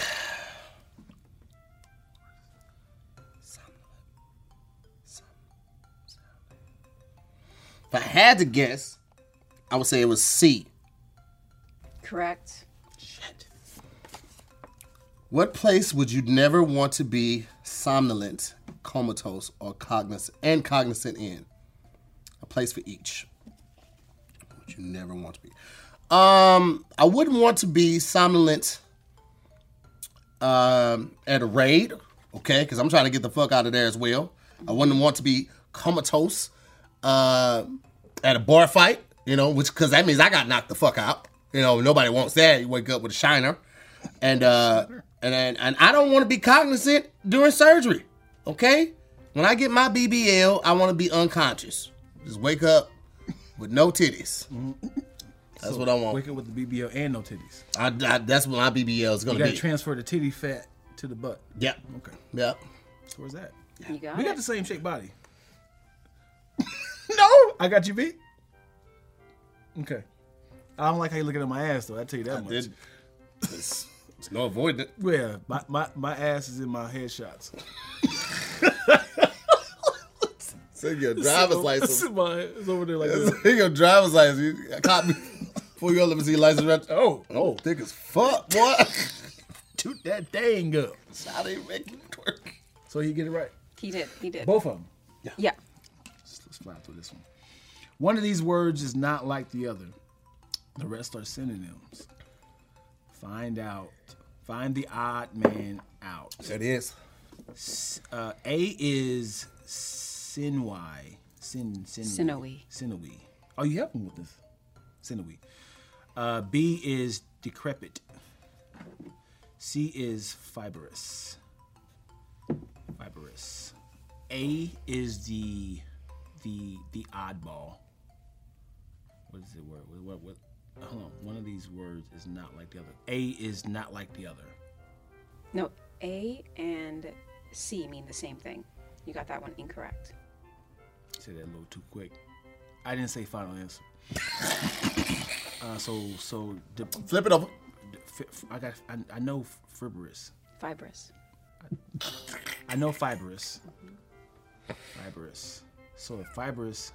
Speaker 2: if i had to guess i would say it was c
Speaker 3: Correct.
Speaker 2: What place would you never want to be somnolent, comatose, or cognizant and cognizant in? A place for each. Would you never want to be? Um, I wouldn't want to be somnolent um, at a raid, okay? Because I'm trying to get the fuck out of there as well. I wouldn't want to be comatose uh, at a bar fight, you know, which because that means I got knocked the fuck out. You know, nobody wants that. You wake up with a shiner, and uh, and and, and I don't want to be cognizant during surgery. Okay, when I get my BBL, I want to be unconscious. Just wake up with no titties. That's what I want.
Speaker 4: Mm-hmm. Wake up with the BBL and no titties.
Speaker 2: I, I- that's what my BBL is
Speaker 4: You
Speaker 2: gonna
Speaker 4: gotta
Speaker 2: be.
Speaker 4: transfer the titty fat to the butt.
Speaker 2: yep.
Speaker 4: Okay.
Speaker 2: Yep.
Speaker 4: So where's that?
Speaker 3: You got
Speaker 4: We
Speaker 3: it.
Speaker 4: got the same shape body. no, I got you beat. Okay. I don't like how you looking at my ass though. I tell you that much.
Speaker 2: Did- It's, it's no avoiding it.
Speaker 4: Yeah, my, my, my ass is in my headshots.
Speaker 2: Send your driver's
Speaker 4: It's
Speaker 2: license.
Speaker 4: in my- it's over there like this.
Speaker 2: Send your driver's license. You caught me. Before your limousine license ret-
Speaker 4: Oh,
Speaker 2: Oh, thick as fuck, boy.
Speaker 4: toot that thing up.
Speaker 2: Shout out, make you twerk.
Speaker 4: So he get it right.
Speaker 3: He did. He did.
Speaker 4: Both of them.
Speaker 3: Yeah.
Speaker 4: Let's, let's fly through this one. One of these words is not like the other. The rest are synonyms. Find out. Find the odd man out.
Speaker 1: There it is.
Speaker 4: Uh, A is Sinwai. Sin, sin,
Speaker 3: Sinoe.
Speaker 4: Sinoe. Oh, you helping with this? Sinoe. Uh, B is decrepit. C is fibrous. Fibrous. A is the the the oddball. What is the word? What, what, what? Hold on. One of these words is not like the other. A is not like the other.
Speaker 3: No, A and C mean the same thing. You got that one incorrect.
Speaker 4: Said that a little too quick. I didn't say final answer. uh, so so the,
Speaker 1: Flip it over.
Speaker 4: fi- f- I got I, I know fibrous.
Speaker 3: Fibrous.
Speaker 4: I know fibrous. Fibrous. So the fibrous.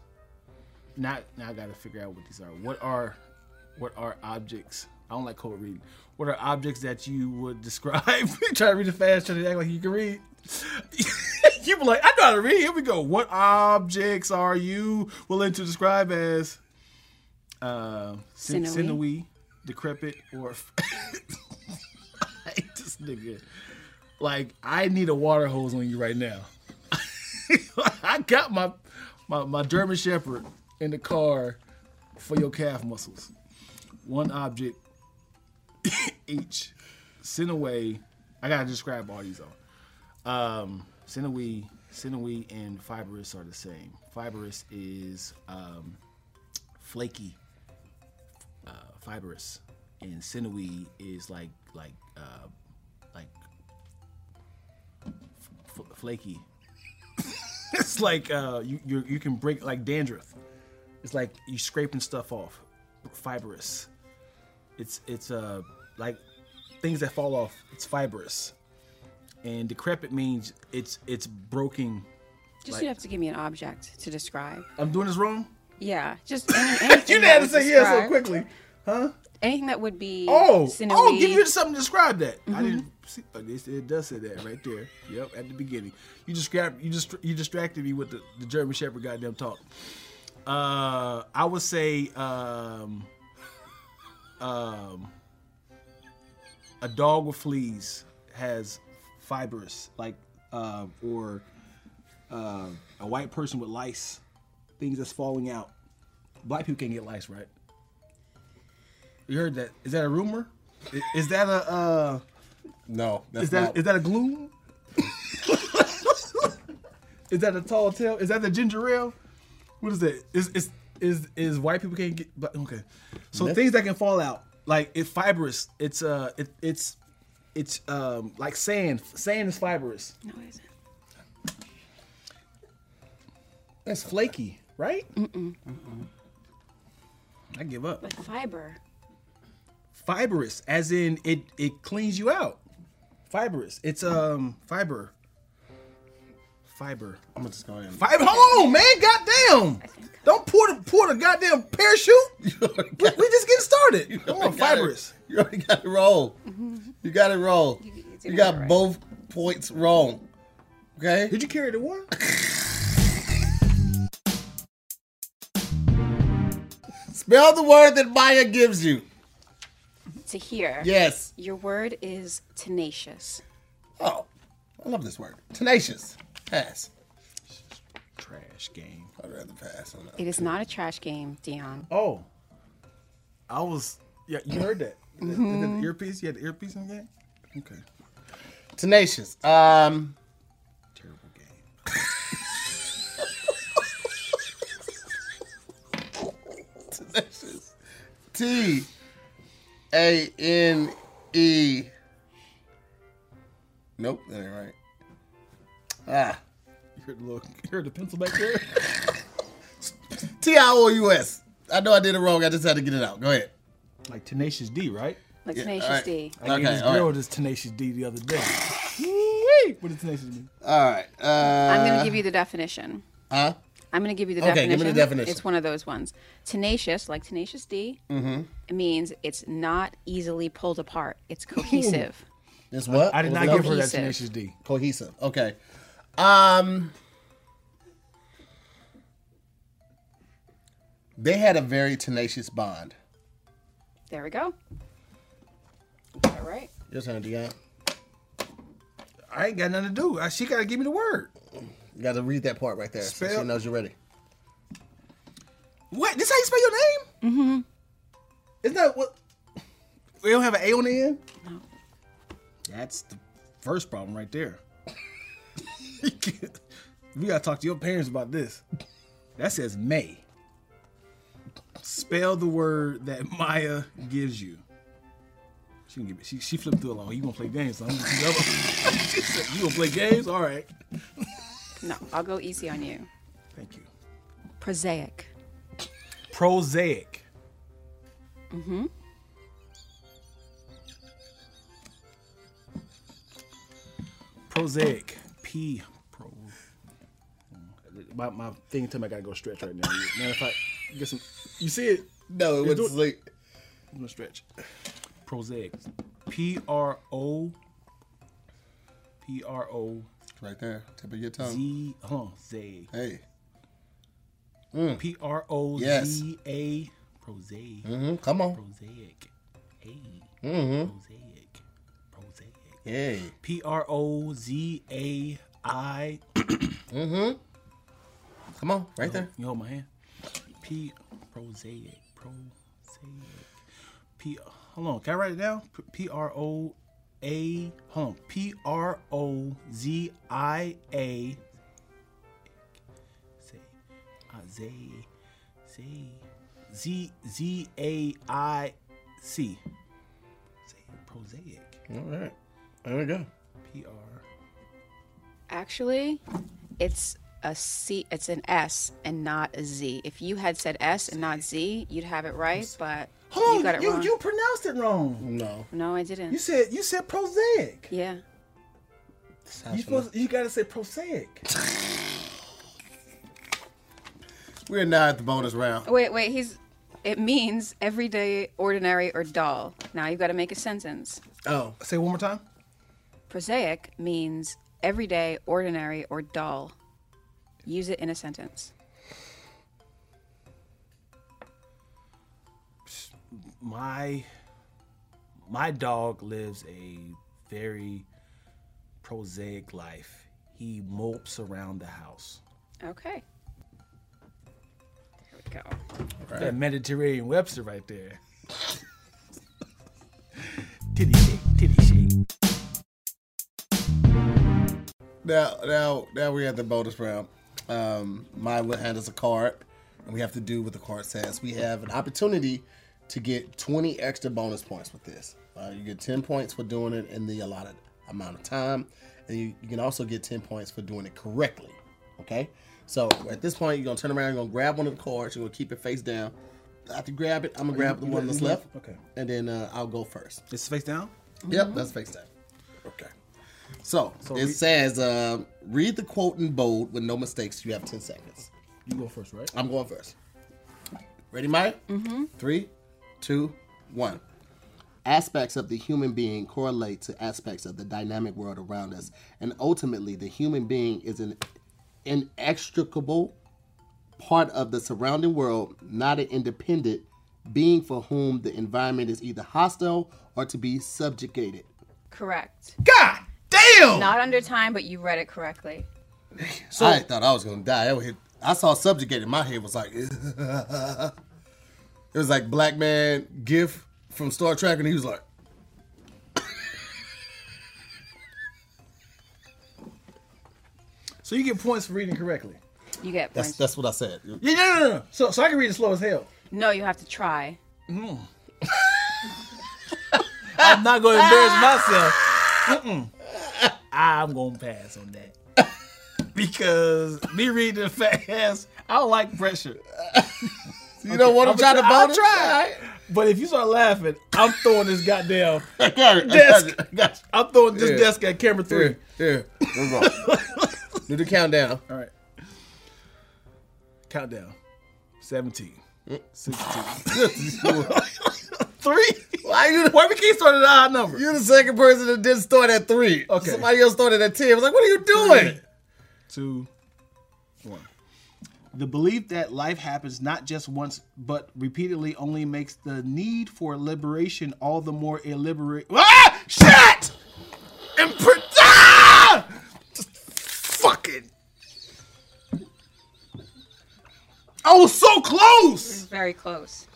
Speaker 4: Now now I got to figure out what these are. What are what are objects? I don't like cold reading. What are objects that you would describe? try to read it fast. Try to act like you can read. you be like, I know how to read. Here we go. What objects are you willing to describe as uh, sin-
Speaker 3: Sinewy.
Speaker 4: sinewy, decrepit, or? I hate this nigga. Like I need a water hose on you right now. I got my, my my German Shepherd in the car for your calf muscles. One object each. Sinaway. I gotta describe all these though. Um, Sinaway, Sinaway, and fibrous are the same. Fibrous is um, flaky, uh, fibrous, and sinewy is like like uh, like f- f- flaky. it's like uh, you you you can break like dandruff. It's like you scraping stuff off, fibrous. It's it's uh like things that fall off. It's fibrous, and decrepit means it's it's broken.
Speaker 3: Just you have to give me an object to describe.
Speaker 4: I'm doing this wrong.
Speaker 3: Yeah, just any, anything.
Speaker 4: You
Speaker 3: that
Speaker 4: didn't have to
Speaker 3: would
Speaker 4: say yes so
Speaker 3: describe-
Speaker 4: quickly.
Speaker 3: Anything that would be
Speaker 4: Oh,
Speaker 3: sinewy.
Speaker 4: oh, give you something to describe that. I didn't. See, but it, it does say that right there. Yep, at the beginning. You described. You just. You distracted me with the, the German Shepherd goddamn talk. Uh, I would say, um, um, a dog with fleas has fibrous, like, uh, or uh, a white person with lice, things that's falling out. Black people can't get lice, right? You heard that? Is that a rumor? I- Is that a uh,
Speaker 1: No, that's
Speaker 4: is that
Speaker 1: not.
Speaker 4: is that a gloom? is that a tall tale? Is that the ginger ale? What is that? Is is is is white people can't get? But okay, so things that can fall out like it fibrous. It's uh it, it's it's um like sand. Sand is fibrous.
Speaker 3: No, it isn't.
Speaker 4: That's flaky, right? Mm-mm. I give up.
Speaker 3: But fiber.
Speaker 4: fibrous as in it it cleans you out fibrous it's um fiber fiber
Speaker 1: I'm gonna just go in.
Speaker 4: fiber hold on man goddamn
Speaker 3: think-
Speaker 4: don't pour the pour the goddamn parachute we, we just getting started come on
Speaker 1: You got it.
Speaker 4: fibrous
Speaker 1: You already got it wrong. You got it wrong.
Speaker 3: You- you did
Speaker 1: You
Speaker 3: it
Speaker 1: got
Speaker 3: right.
Speaker 1: both points wrong. Okay.
Speaker 4: did you carry the water
Speaker 1: Spell the word that Maya gives you.
Speaker 3: To hear.
Speaker 1: Yes.
Speaker 3: Your word is tenacious.
Speaker 1: Oh, I love this word. Tenacious. Pass.
Speaker 4: trash game
Speaker 1: I'd rather pass on that.
Speaker 3: It is not a trash game, Dion.
Speaker 4: oh i was yeah you heard that The- the- the earpiece you had the earpiece in the game okay
Speaker 1: Tenacious. Um,
Speaker 4: terrible game
Speaker 1: tenacious. T A N E. Nope, that ain't right. Ah,
Speaker 4: you heard the little you heard the pencil back there
Speaker 1: T I O U S. I know I did it wrong. I just had to get it out. Go ahead.
Speaker 4: like tenacious d right
Speaker 3: Like
Speaker 1: Yeah,
Speaker 3: tenacious
Speaker 1: all right.
Speaker 3: D.
Speaker 4: I gave
Speaker 1: Okay,
Speaker 4: this
Speaker 1: all
Speaker 4: girl
Speaker 1: right.
Speaker 4: this Tenacious D the other day. what did Tenacious D?
Speaker 1: All right. Uh,
Speaker 3: I'm going to give you the definition.
Speaker 1: Huh?
Speaker 3: I'm going to give you the
Speaker 1: Okay,
Speaker 3: definition.
Speaker 1: give me the definition.
Speaker 3: It's one of those ones. Tenacious, like tenacious D,
Speaker 1: Mm-hmm.
Speaker 3: it means it's not easily pulled apart. It's cohesive.
Speaker 1: It's what?
Speaker 4: I did
Speaker 1: What
Speaker 4: not
Speaker 1: was it
Speaker 4: give her that
Speaker 3: Cohesive.
Speaker 4: Tenacious D.
Speaker 1: Cohesive. Okay. Um, they had a very tenacious bond.
Speaker 3: There we go. All right.
Speaker 1: Your turn, Deion.
Speaker 4: I ain't got nothing to do. I, she gotta give me the word.
Speaker 1: You got to read that part right there. So she
Speaker 4: Spell-
Speaker 1: knows you're ready.
Speaker 4: What? This how you spell your name? Mm-hmm. Isn't that what? We don't have an A on the end.
Speaker 3: No.
Speaker 4: That's the first problem right there. You can't- we gotta talk to your parents about this. That says May. Spell the word that Maya gives you. She gonna give it. She, she flipped through along. You gonna play games? So I'm gonna do double. She said, you gonna play games? All right.
Speaker 3: No, I'll go easy on you.
Speaker 4: Thank you.
Speaker 3: Prosaic.
Speaker 4: Prosaic. Mm-hmm. Prosaic. P. Pro. My, my thing told me I gotta go stretch right now. Man, if I get some, you see it?
Speaker 1: No, it went
Speaker 4: do-
Speaker 1: to sleep.
Speaker 4: I'm gonna stretch. Prosaic. P R O. P R O
Speaker 1: Right there, tip of your tongue.
Speaker 4: Z. Huh? Zag.
Speaker 1: Hey,
Speaker 4: P R O
Speaker 1: Yes.
Speaker 4: Z A. Prosaic.
Speaker 1: hmm come on.
Speaker 4: Prosaic. A. Prosaic. Prosaic.
Speaker 1: Hey,
Speaker 4: P R O Z A I.
Speaker 1: come on, right there.
Speaker 4: You hold my hand. P. Prosaic. Prosaic. P. Hold on. Can I write it down? P- P R O A. Hold on. P R O Z I A. Say. uh, Zay. Zay. Z. Z A I C. Say prosaic.
Speaker 1: All right, there we go.
Speaker 4: P R.
Speaker 3: Actually, it's a C. It's an S and not a Z. If you had said S and not Z, you'd have it right. But you got it wrong.
Speaker 4: pronounced it wrong.
Speaker 1: No,
Speaker 3: No, I didn't.
Speaker 4: said you said prosaic.
Speaker 3: yeah.
Speaker 1: Sounds
Speaker 4: you gotta say prosaic.
Speaker 1: familiar. we're now at the bonus round.
Speaker 3: Wait, wait. He's. It means everyday, ordinary, or dull. Now you've got to make a sentence.
Speaker 1: Oh,
Speaker 4: Say it one more time.
Speaker 3: Prosaic means everyday, ordinary, or dull. Use it in a sentence.
Speaker 4: My my dog lives a very prosaic life. He mopes around the house.
Speaker 3: Okay. There we go.
Speaker 4: That Mediterranean Webster right there. titty shake, titty shake.
Speaker 1: now, now, now we're at the bonus round. Um, Maya will hand us a card, and we have to do what the card says. We have an opportunity to get 20 extra bonus points with this. Uh, you get 10 points for doing it in the allotted amount of time, and you, you can also get 10 points for doing it correctly. Okay? So at this point, you're gonna turn around, you're gonna grab one of the cards, you're gonna keep it face down. After you grab it, I'm gonna grab the one that's left,
Speaker 4: okay.
Speaker 1: and then uh, I'll go first.
Speaker 4: It's face down.
Speaker 1: Yep, that's FaceTime. Mm-hmm. Okay. So, it
Speaker 4: we-
Speaker 1: says, uh, read the quote in bold with no mistakes. You have 10 seconds.
Speaker 4: You go first, right?
Speaker 1: I'm going first. Ready, Mike? Mm-hmm. Three, two, one. Aspects of the human being correlate to aspects of the dynamic world around us, and ultimately, the human being is an inextricable part of the surrounding world, not an independent being for whom the environment is either hostile or to be subjugated.
Speaker 3: Correct.
Speaker 4: God damn!
Speaker 3: Not under time, but you read it correctly.
Speaker 1: I thought I was gonna die. That would hit- I saw subjugated. My head was like, it was like black man gif from Star Trek, and he was like,
Speaker 4: So you get points for reading correctly.
Speaker 3: You get
Speaker 1: that's
Speaker 3: points.
Speaker 1: that's what I said.
Speaker 4: Yeah, no, no, no. So, so I can read it slow as hell.
Speaker 3: No, you have to try.
Speaker 4: I'm not going to embarrass myself.
Speaker 1: Ah.
Speaker 4: Mm-mm. I'm going to pass on that. Because me reading it fast, I don't like pressure.
Speaker 1: You don't want to try
Speaker 4: I'll
Speaker 1: to
Speaker 4: try- I'll
Speaker 1: bonus?
Speaker 4: try. But if you start laughing, I'm throwing this goddamn
Speaker 1: I got it.
Speaker 4: desk.
Speaker 1: I got
Speaker 4: I'm throwing this
Speaker 1: Yeah.
Speaker 4: desk at camera
Speaker 1: you.
Speaker 4: three.
Speaker 1: Here, here. Let's go. Do the countdown.
Speaker 4: All right. Countdown. 17. 16. three.
Speaker 1: Why you?
Speaker 4: Why we keep starting at odd number?
Speaker 1: You're the second person that didn't start at three.
Speaker 4: Okay.
Speaker 1: Somebody else started at ten. I was like, what are you doing?
Speaker 4: two, one. The belief that life happens not just once but repeatedly only makes the need for liberation all the more illiberate. Ah! Shit! Impre- ah! Just fucking. I was so close.
Speaker 3: Very close.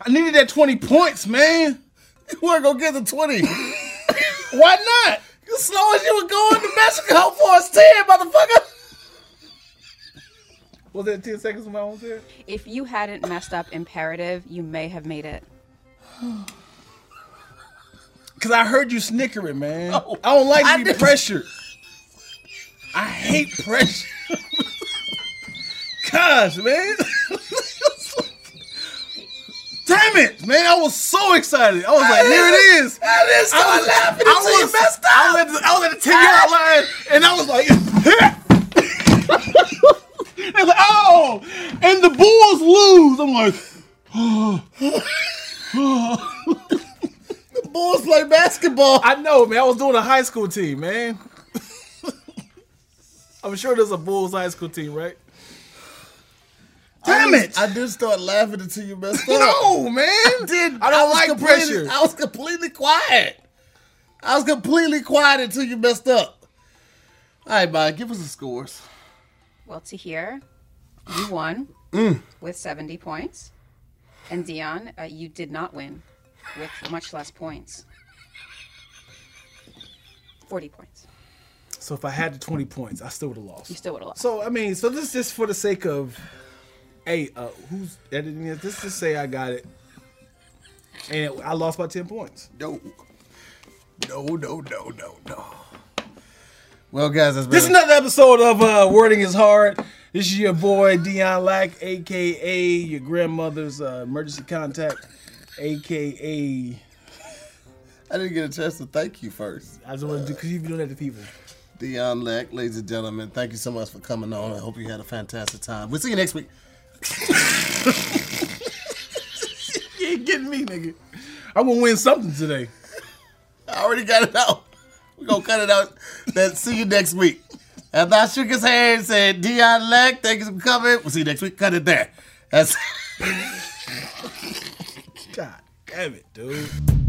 Speaker 4: I needed that twenty points, man.
Speaker 1: You weren't gonna get the twenty.
Speaker 4: Why not?
Speaker 1: as slow as you were going to Mexico for us ten, motherfucker.
Speaker 4: Was that ten seconds when I was there?
Speaker 3: If you hadn't messed up imperative, you may have made it.
Speaker 4: Cause I heard you snickering, man. Oh. I don't like
Speaker 1: I
Speaker 4: to be
Speaker 1: didn't-
Speaker 4: pressured. I hate pressure. Gosh, man. Damn it, man! I was so excited. I was like, "Here it is!"
Speaker 1: I didn't
Speaker 4: I
Speaker 1: start
Speaker 4: was-
Speaker 1: laughing
Speaker 4: I
Speaker 1: until you
Speaker 4: was-
Speaker 1: messed up.
Speaker 4: I was at the, I was at the ten yard line, and I was like, They're like, "Oh!" And the Bulls lose. I'm like,
Speaker 1: The Bulls play basketball.
Speaker 4: I know, man. I was doing a high school team, man. I'm sure there's a Bulls high school team, right? Damn it!
Speaker 1: I did start laughing until you messed up.
Speaker 4: no, man.
Speaker 1: I did.
Speaker 4: I don't
Speaker 1: was
Speaker 4: like
Speaker 1: completely-
Speaker 4: pressure.
Speaker 1: I was completely quiet. I was completely quiet until you messed up. All right, Mike, give us the scores.
Speaker 3: Well, to hear, you won with 70 points. And Dion, uh, you did not win with much less points 40 points.
Speaker 4: So if I had the 20 points, I still would have
Speaker 3: You
Speaker 4: lost.
Speaker 3: still would have lost.
Speaker 4: So I mean, so this is just for the sake of, hey, uh, who's editing this? Let's just say I got it, and I lost by 10 points.
Speaker 1: No. No, no, no, no, no. Well, guys, that's been
Speaker 4: This is another episode of uh, Wording is Hard. This is your boy Dion Lack, aka your grandmother's uh, emergency contact, aka
Speaker 1: I didn't get a chance to thank you first.
Speaker 4: I just want to do because you've been doing that to people.
Speaker 1: Dion Leck, ladies and gentlemen, thank you so much for coming on. I hope you had a fantastic time. We'll see you next week.
Speaker 4: You ain't getting me, nigga. I'm gonna win something today.
Speaker 1: I already got it out. We're gonna cut it out. Then see you next week. After I shook his hand and said, Dion Leck, thank you for coming. We'll see you next week. Cut it there. That's
Speaker 4: God damn it, dude.